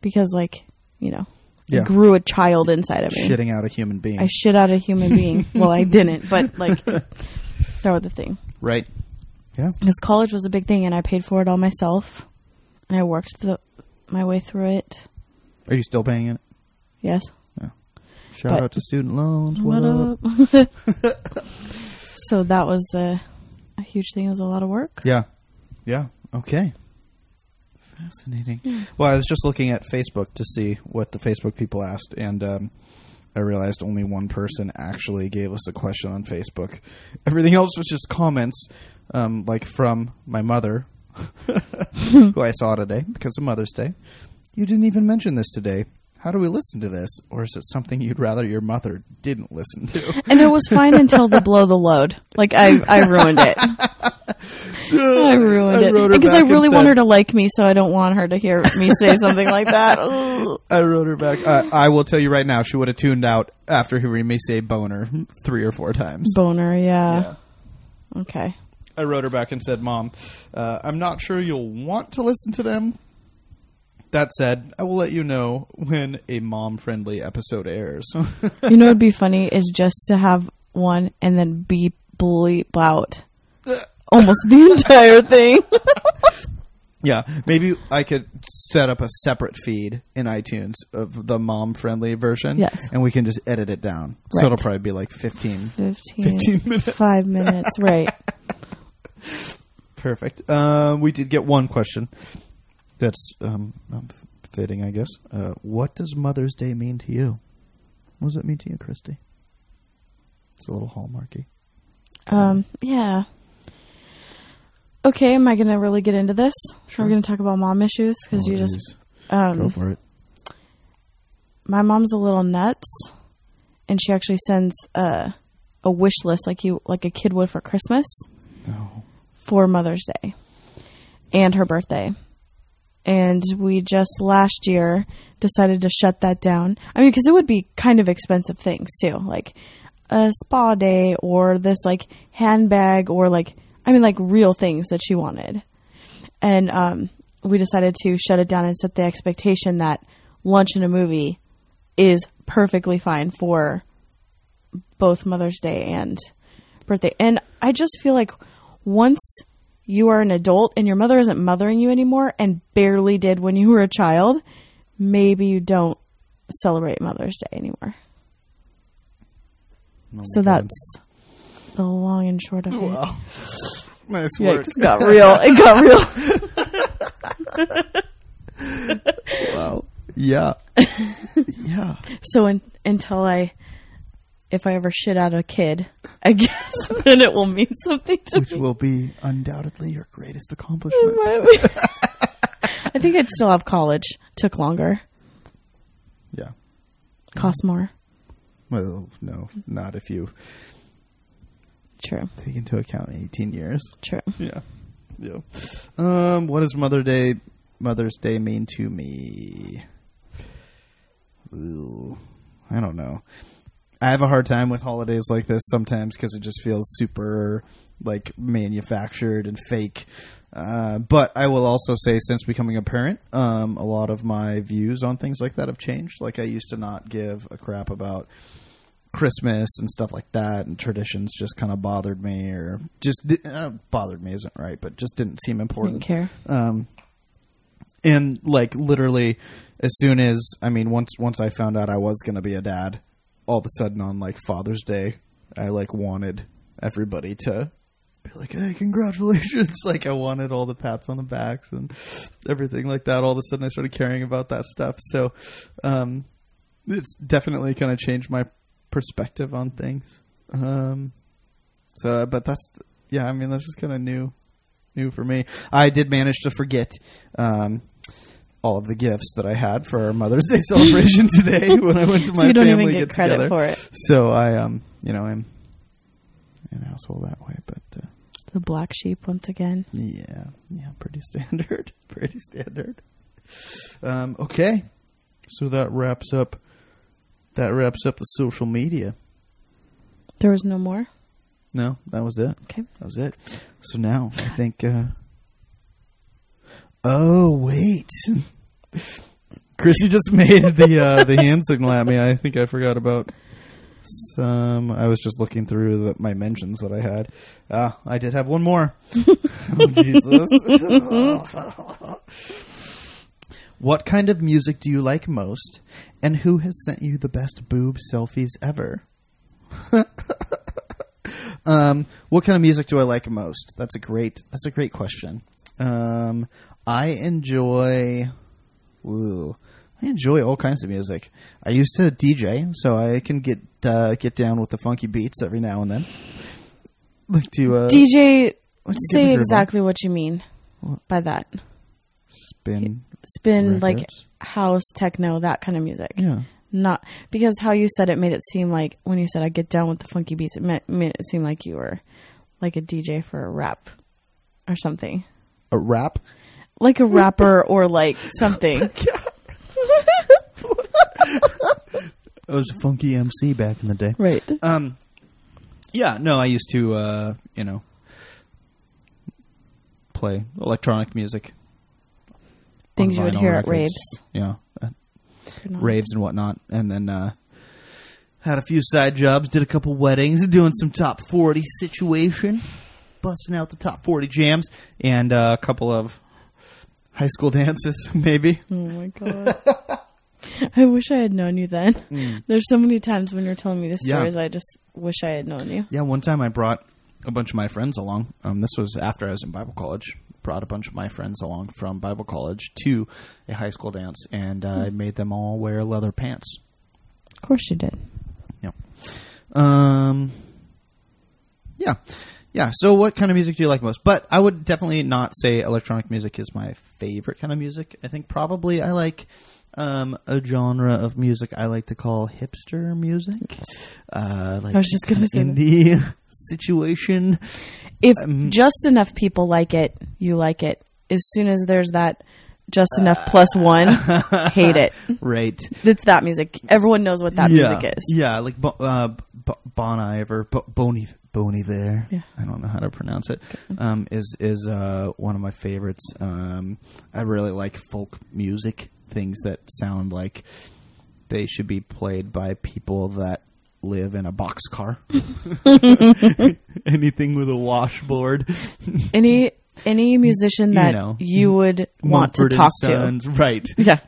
because, like, you know, Yeah. I grew a child inside of me. Shitting out a human being. I shit out a human (laughs) being. well, I didn't, but (laughs) like, that was the thing. right. Yeah. Because college was a big thing, and I paid for it all myself, and I worked the, my way through it. Are you still paying it? Yes. Shout But- out to student loans. What, What up? up? (laughs) so that was a, a huge thing. It was a lot of work. Yeah. Yeah. Okay. Fascinating. Hmm. Well, I was just looking at Facebook to see what the Facebook people asked, and um, I realized only one person actually gave us a question on Facebook. Everything else was just comments, um, like from my (laughs) mother, who I saw today because of Mother's Day. You didn't even mention this today. How do we listen to this? Or is it something you'd rather your mother didn't listen to? And it was fine until the blow the load. Like I, I ruined it. (laughs) (laughs) I ruined I wrote it her because I back and really want said- her to like me, so I don't want her to hear me say something like (laughs) that. Ugh. I wrote her back. Uh, I will tell you right now, she would have tuned out after hearing me say boner three or four times. Boner, yeah. Yeah. Okay. I wrote her back and said, Mom, uh, I'm not sure you'll want to listen to them. That said, I will let you know when a mom friendly episode airs. You know, it'd be funny is just to have one and then beep (laughs) bleep out almost the entire thing. (laughs) yeah, maybe I could set up a separate feed in iTunes of the mom friendly version. Yes. And we can just edit it down. Right. So it'll probably be like 15 Fifteen. 15 minutes. Five minutes. Right. Perfect. Um, we did get one question. That's um, um, fitting, I guess. Uh, what does Mother's Day mean to you? What does it mean to you, Christy? It's a little hallmarky. Um, yeah. Okay, am I going to really get into this? We're going to talk about mom issues because you just go um, for it. my mom's a little nuts, and she actually sends a a wish list like you like a kid would for Christmas No. for Mother's Day and her birthday. And we just last year decided to shut that down. I mean, because it would be kind of expensive things too, like a spa day or this like handbag or like, I mean, like real things that she wanted. And um, we decided to shut it down and set the expectation that lunch and a movie is perfectly fine for both Mother's Day and birthday. And I just feel like once you are an adult and your mother isn't mothering you anymore and barely did when you were a child, maybe you don't celebrate Mother's Day anymore. so that's the long and short of it. Nice Yikes, it got real. It got real. (laughs) Yeah. yeah. So un until I if I ever shit out a kid, I (laughs) guess then it will mean something to which me. (laughs) will be undoubtedly your greatest It accomplishment. might be. I think I'd still have college. Took longer, Yeah. cost more. Well, no, not if you True, take into account 18 years. true. (laughs) Yeah. Yeah. Um, what does Mother Day, Mother's Day mean to me? Ooh, I don't know. I have a hard time with holidays like this sometimes because it just feels super like manufactured and fake. Uh, but I will also say, since becoming a parent, um, a lot of my views on things like that have changed. Like I used to not give a crap about Christmas and stuff like that, and traditions just kind of bothered me, or just di- uh, bothered me isn't right, but just didn't seem important Didn't care. um, and like literally as soon as i mean once once i found out i was going to be a dad all of a sudden on like father's day i like wanted everybody to be like hey congratulations (laughs) like i wanted all the pats on the backs and everything like that all of a sudden i started caring about that stuff so um it's definitely kind of changed my perspective on things um so uh, but that's yeah i mean that's just kind of new new for me. I did manage to forget um, all of the gifts that I had for our Mother's Day (laughs) celebration (laughs) today when I went to my so you don't family even get credit together. for it. So I, um, you know, I'm an asshole that way, but uh, The black sheep once again. yeah, yeah, pretty standard, (laughs) pretty standard. Um, okay, so that wraps up. That wraps up the social media. There was no more. No, that was it. Okay. That was it. So now I think. Uh, oh wait, (laughs) Chrissy just made the uh, the hand signal at me. I think I forgot about some. I was just looking through the, my mentions that I had. Ah, I did have one more. oh Jesus! what kind of music do you like most, and who has sent you the best boob selfies ever? (laughs) Um, what kind of music do I like most? That's a great. That's a great question. Um, I enjoy. Ooh, I enjoy all kinds of music. I used to DJ, so I can get uh, get down with the funky beats every now and then. Like to uh, DJ, like to get the say groove on. exactly what you mean by that. spin. Spin like Records. house techno, that kind of music. Yeah, Not because how you said it made it seem like when you said I get down with the funky beats, it meant, made it seem like you were like a DJ for a rap or something, a rap. like a rapper or like (laughs) something. I was a funky MC back in the day. right. Um, yeah, no, I used to, uh, you know, play electronic music. Things on you would vinyl hear at records. raves. Yeah, uh, You're not- raves and whatnot, and then uh, had a few side jobs, did a couple weddings, doing some top forty situation, busting out the top forty jams, and uh, a couple of high school (laughs) dances, maybe. Oh (laughs) my god. I wish I had known you then. There's so many times when you're telling me the Hmm. Yeah. stories, I just wish I had known you. Yeah, one time I brought a bunch of my friends along. Um, this was after I was in Bible college. Brought a bunch of my friends along from Bible college to a high school dance, and uh, Hmm. I made them all wear leather pants. Of course you did. Yeah. Um. Yeah, yeah. So, what kind of music do you like most? But I would definitely not say electronic music is my favorite kind of music. I think probably I like um, a genre of music I like to call hipster music. Uh, like I was just gonna say that. indie (laughs) situation. If Um, just enough people like it, you like it. As soon as there's that just enough Uh, (laughs) plus one, hate it. Right. It's that music. Everyone knows what that yeah. music is. Yeah, like Bo- uh, Bo- Bon Iver, Bo- Bon Bon Iver. Yeah. I don't know how to pronounce it. Um, is is uh, one of my favorites. Um, I really like folk music, things that sound like they should be played by people that live in a (laughs) boxcar. (laughs) Anything with a washboard. Any any musician that you, know, would want Mumford to and talk to. Sons, Right. (laughs) Yeah.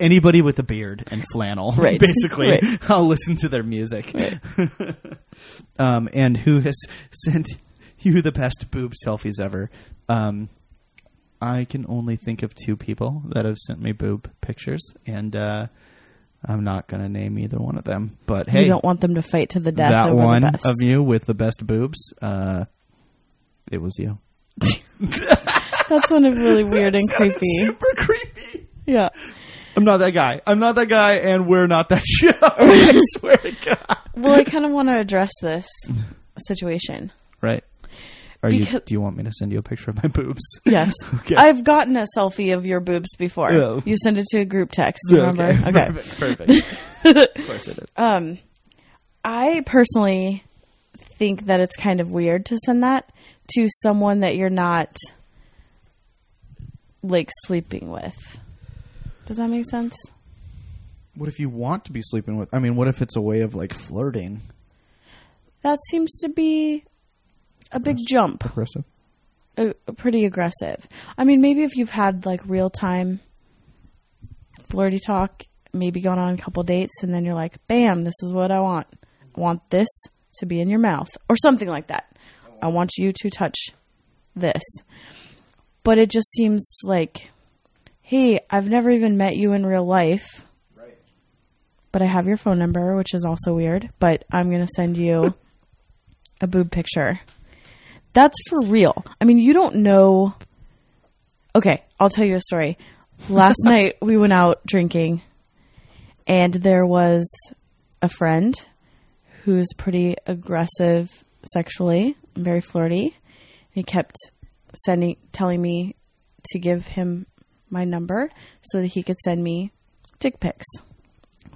Anybody with a beard and flannel, (laughs) Right. basically, (laughs) Right. I'll listen to their music. (laughs) um, and who has sent (laughs) you the best boob selfies ever? Um, I can only think of two people that have sent me boob pictures, and uh, I'm not going to name either one of them, but you hey, don't want them to fight to the death that over one the best. of you with the best boobs, uh, it was you. That sounded really (laughs) weird and creepy. Super creepy. Yeah. I'm not that guy. I'm not that guy, and we're not that (laughs) show. I swear to God. Well, I kind of want to address this situation. Right. Are you? Because- Do you want me to send you a picture of my (laughs) boobs? Yes. Okay. I've gotten a selfie of your boobs before. Yeah. You sent it to a group text, remember? Okay. Okay. (laughs) Perfect. Perfect. of course it is. Um, I personally think that it's kind of weird to send that to someone that you're not like sleeping with. Does that make sense? What if you want to be sleeping with? I mean, what if it's a way of like flirting? That seems to be a big jump, Aggressive. uh, pretty aggressive. I mean, maybe if you've had like real time flirty talk, maybe gone on a couple dates, and then you're like, bam, this is what I want. I want this to be in your mouth, or something like that. I want you to touch this. But it just seems like, hey, I've never even met you in real life. Right. But I have your phone number, which is also weird, but I'm going to send you a boob picture. That's for real. I mean, you don't know. Okay, I'll tell you a story. Last night we went out drinking, and there was a friend who's pretty aggressive sexually, and very flirty. He kept sending, telling me to give him my number so that he could send me dick pics.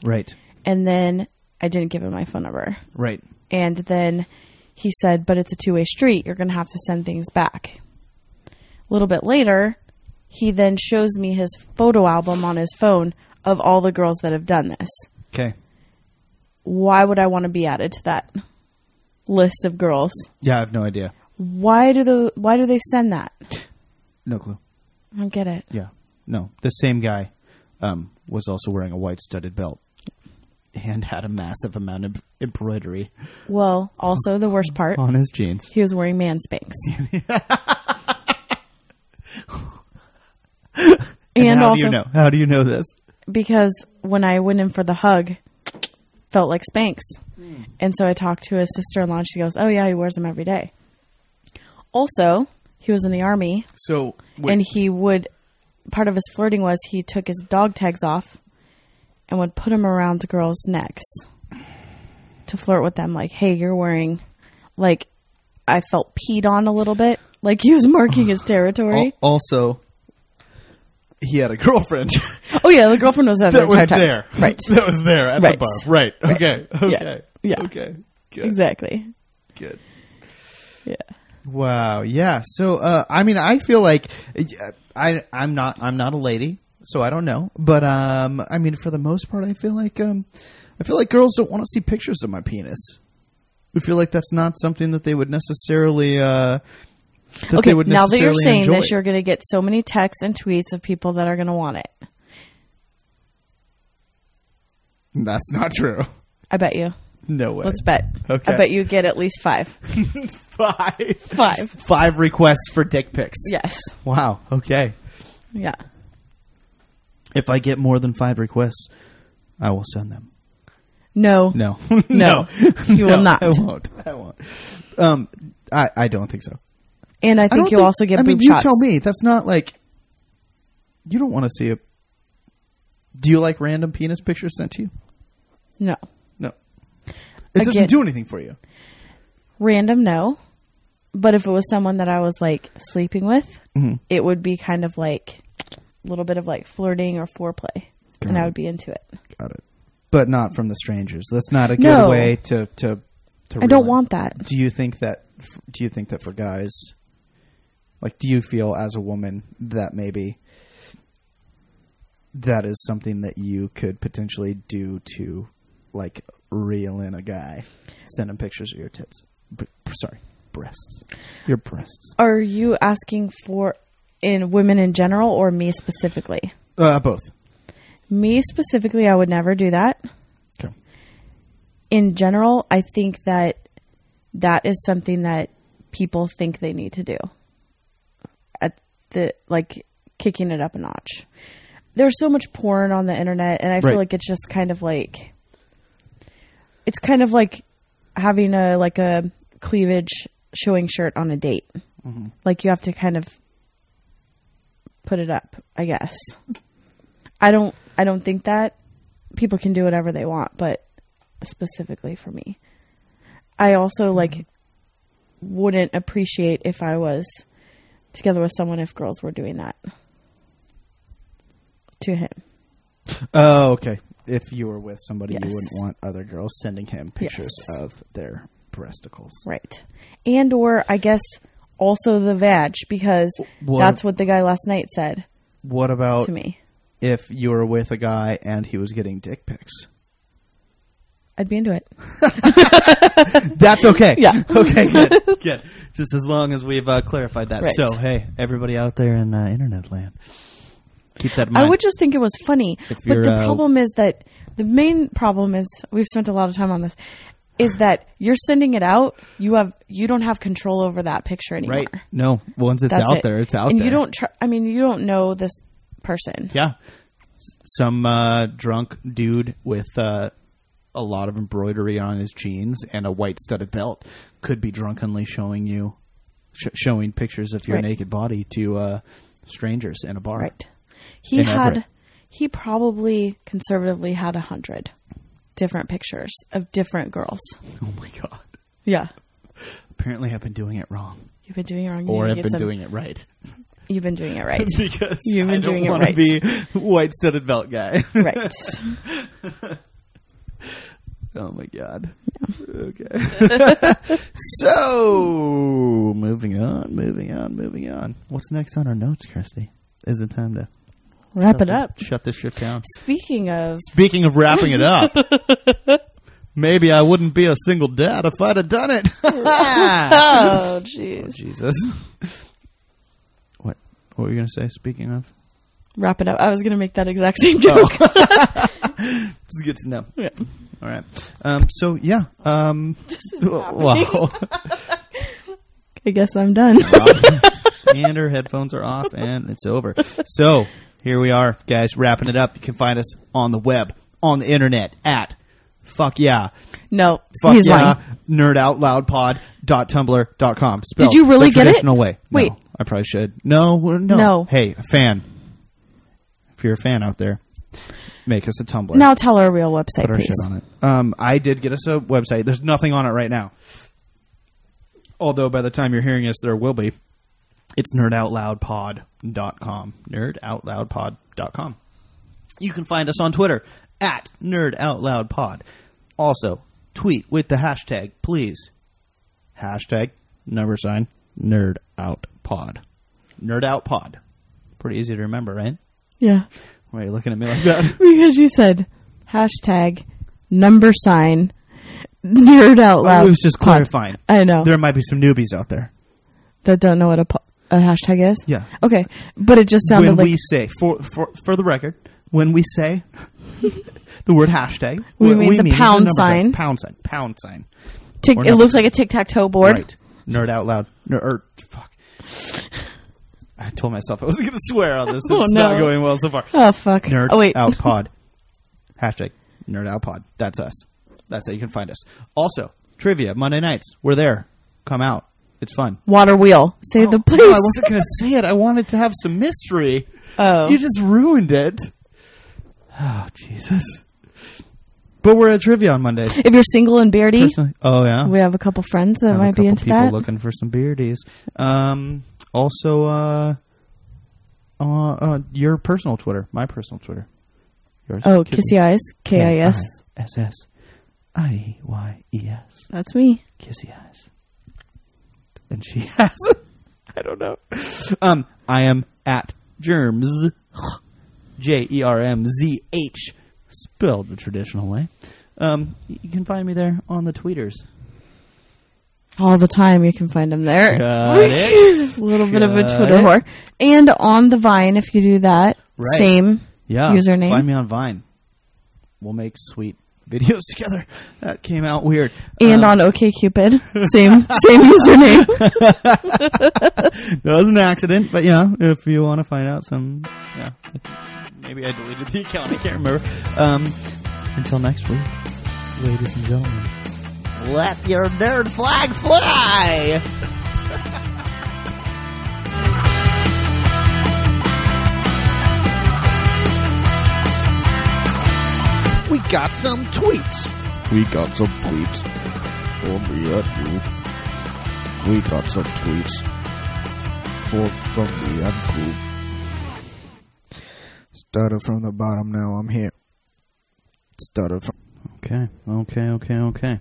Right. And then I didn't give him my phone number. Right. And then he said, but it's a two way street. You're going to have to send things back. A little bit later, he then shows me his photo album on his phone of all the girls that have done this. Okay. Why would I want to be added to that list of girls? Yeah, I have no idea. Why do the why do they send that? No clue. I don't get it. Yeah. No. The same guy um, was also wearing a white studded belt and had a massive amount of embroidery Well, also the worst part, on his jeans. he was wearing man (laughs) spanks. and how also do you know? How do you know this? because when I went in for the hug, felt like Spanx. Hmm. And so I talked to his sister in law and she goes, Oh, yeah, he wears them every day. Also, he was in the army So and he would, part of his flirting was he took his dog tags off and would put them around girls' necks to flirt with them. Like, hey, you're wearing, like, I felt peed on a little bit. Like he was (sighs) marking Oh. his territory. also, he had a girlfriend (laughs) Oh yeah, the girlfriend was there the that entire was time. there. Right. (laughs) That was there at Right. the bar. Right. Okay. Okay. Yeah. Okay. Good. Exactly. Good. Yeah. Wow. Yeah. So, uh, I mean, I feel like uh, I I'm not I'm not a lady, so I don't know. But um, I mean, for the most part, I feel like um, I feel like girls don't want to see pictures of my penis. I feel like that's not something that they would necessarily. Uh, that okay, they would now that you're necessarily saying enjoy. this, you're going to get so many texts and tweets of people that are going to want it. that's not true. I bet you. No way. (laughs) Let's bet. Okay. I bet you get at (laughs) least five. five Five. five requests for dick pics. yes. Wow. Okay. Yeah. if I get more than five requests, I will send them. No. (laughs) No. No. You will not. I won't. I won't. Um, I I don't think so. And I I think don't you'll also get I boob mean, you shots. tell me. That's not like you don't want to see a. Do you like random penis pictures sent to you? No. No, it Again- doesn't do anything for you. Random, no. But if it was someone that I was like sleeping with, Mm-hmm. it would be kind of like a little bit of like flirting or foreplay. and I would be into it. Got it. But not from the strangers. That's not a good No. way to to. to I don't really- want that. Do you think that? Do you think that for guys? Like, do you feel as a woman that maybe that is something that you could potentially do to, like, reel in a guy, send him pictures of your tits? B- sorry, breasts. Your breasts. Are you asking for in women in general or me specifically? Uh, both. Me specifically, I would never do that. Okay. in general, I think that that is something that people think they need to do at the like kicking it up a notch. there's so much porn on the internet, and I feel Right. like it's just kind of like it's kind of like having a like a cleavage showing shirt on a date. Like you have to kind of put it up, I guess. I don't I don't think that people can do whatever they want, but specifically for me. I also Mm-hmm. like wouldn't appreciate if I was together with someone if girls were doing that to him. Oh, okay. If you were with somebody, Yes. you wouldn't want other girls sending him pictures Yes. of their breasticles. Right. And or I guess also the vag because What- that's what the guy last night said What about to me. if you were with a guy and he was getting dick pics? I'd be into it. That's okay. Yeah. (laughs) (laughs) Okay. Good. good. Just as long as we've uh, clarified that. Right. So hey, everybody out there in uh, internet land, keep that in I mind. would just think it was funny. If But the you're, uh, problem is that the main problem is we've spent a lot of time on this is that you're sending it out, you have you don't have control over that picture anymore. right. No, once it's That's out it. there, it's out and there. you don't tr- I mean you don't know this person. Yeah. S- Some uh, drunk dude with uh, a lot of embroidery on his jeans and a white studded belt could be drunkenly showing you, sh- showing pictures of your Right. naked body to uh, strangers in a bar. Right. He In had, Everett. he probably conservatively had a hundred different pictures of different girls. Oh my god! Yeah. Apparently, I've been doing it wrong, You've been doing it wrong. You or need to I've get been some- doing it right You've been doing (laughs) it right. because You've been I don't doing it want to right. be white studded belt guy. (laughs) right. (laughs) Oh my god. Okay. (laughs) so moving on, moving on, moving on. What's next on our notes, Christy? Is it time to Wrap shut it this- up. Shut this shit down. Speaking of, Speaking of wrapping it (laughs) up, maybe I wouldn't be a single dad if I'd have done it. (laughs) (laughs) oh jeez, Jesus. What? What were you gonna say? Speaking of, wrap it up. I was gonna make that exact same (laughs) Oh. joke. (laughs) it's good to know. Oh. Yeah. All right. Um, so yeah. (laughs) Um, wow. I guess I'm done. and her headphones are off and it's over. So here we are, guys, wrapping it up. You can find us on the web, on the internet, at fuck yeah. no, Fuck he's yeah lying. nerdoutloudpod.tumblr.com. Spelled Did you really the get it? traditional way. No, Wait. I probably should. No, we're- no. No. Hey, a fan. If you're a fan out there, make us a Tumblr. Now tell our real website, Put our please. shit on it. Um, I did get us a website. There's nothing on it right now. Although by the time you're hearing us, there will be. It's nerdoutloudpod.com. Nerdoutloudpod.com. You can find us on Twitter at nerdoutloudpod. Also, tweet with the hashtag, please. Hashtag number sign nerdoutpod. Nerdoutpod. Pretty easy to remember, right? Yeah, Why are you looking at me like (laughs) that? because you said hashtag number sign nerd out I loud. was just pod. clarifying. I know There might be some newbies out there. that don't know what a, po- a hashtag is. Yeah. Okay, but it just sounded when like we say for, for for the record, when we (laughs) say the word hashtag, We what mean the pound number sign. Pound sign. Pound sign. tic- or it number- looks like a tic tac toe board. Right. Nerd out loud. Ner- er, fuck. I told myself I wasn't going to swear on this. It's (laughs) Oh, not no. going well so far. Oh fuck! Nerd oh wait, (laughs) out pod. Hashtag nerd out pod. That's us. That's how you can find us. Also, trivia Monday nights. We're there. Come out. It's fun. water wheel. Say the place. Oh, No, I wasn't going to say it. I wanted to have some mystery. Oh. You just ruined it. Oh, Jesus. But we're at trivia on Monday. if you're single and beardy, Personally. Oh, yeah. we have a couple friends that Have a might be couple into people that. looking for some beardies. Um, also, uh, uh, uh, your personal Twitter. My personal Twitter. Yours, oh, kissy eyes, K I E S. E K-I-S-S-I-Y-E-S. That's me. kissy eyes. And she (laughs) has. I don't know. Um, I am at germs, (laughs) J E R M Z H, spelled the traditional way. Um, y- you can find me there on the tweeters. All the time, you can find them there. Got it. (laughs) a (laughs) little bit of a Got Twitter it. whore, and on the Vine if you do that. Right. Same. Yeah, Username? Find me on Vine. We'll make sweet videos (laughs) together. That came out weird. And Um, on OKCupid, (laughs) same same (laughs) username. that was an accident, but you know, if you want to find out some, yeah, Maybe I deleted the account. I can't remember. Um, until next week, ladies and gentlemen. Let your nerd flag fly! (laughs) we got some tweets. We got some tweets for me and Coop. We got some tweets for from me and Coop. Started from the bottom, now I'm here. Started from. Okay, okay, okay, okay.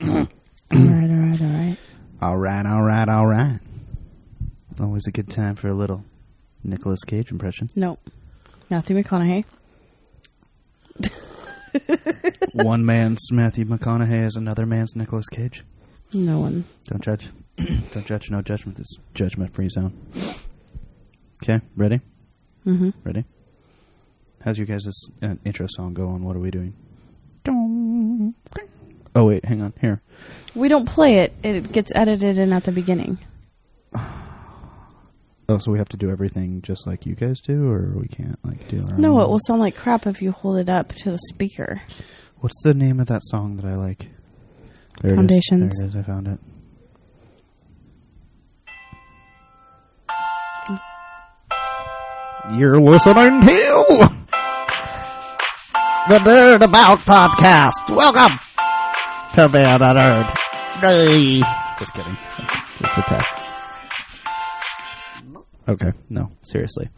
all right, all right, all right. All right, all right, all right. Always a good time for a little Nicolas Cage impression. Nope. Matthew McConaughey. One man's Matthew McConaughey is another man's Nicolas Cage. No one. Don't judge. (clears throat) Don't judge. No judgment. It's judgment free zone. Okay, ready? Mm-hmm. Ready? How's your guys' uh, intro song go on? What are we doing? Oh, wait, hang on. Here. We don't play it. It gets edited in at the beginning. Oh, so we have to do everything just like you guys do, or we can't, like, do our No, own? it will sound like crap if you hold it up to the speaker. What's the name of that song that I like? There it is. Foundations. There it is. I found it. You're listening to The Nerd About Podcast. Welcome to Being a Nerd. Hey. Just kidding. It's a test. Okay. No, seriously.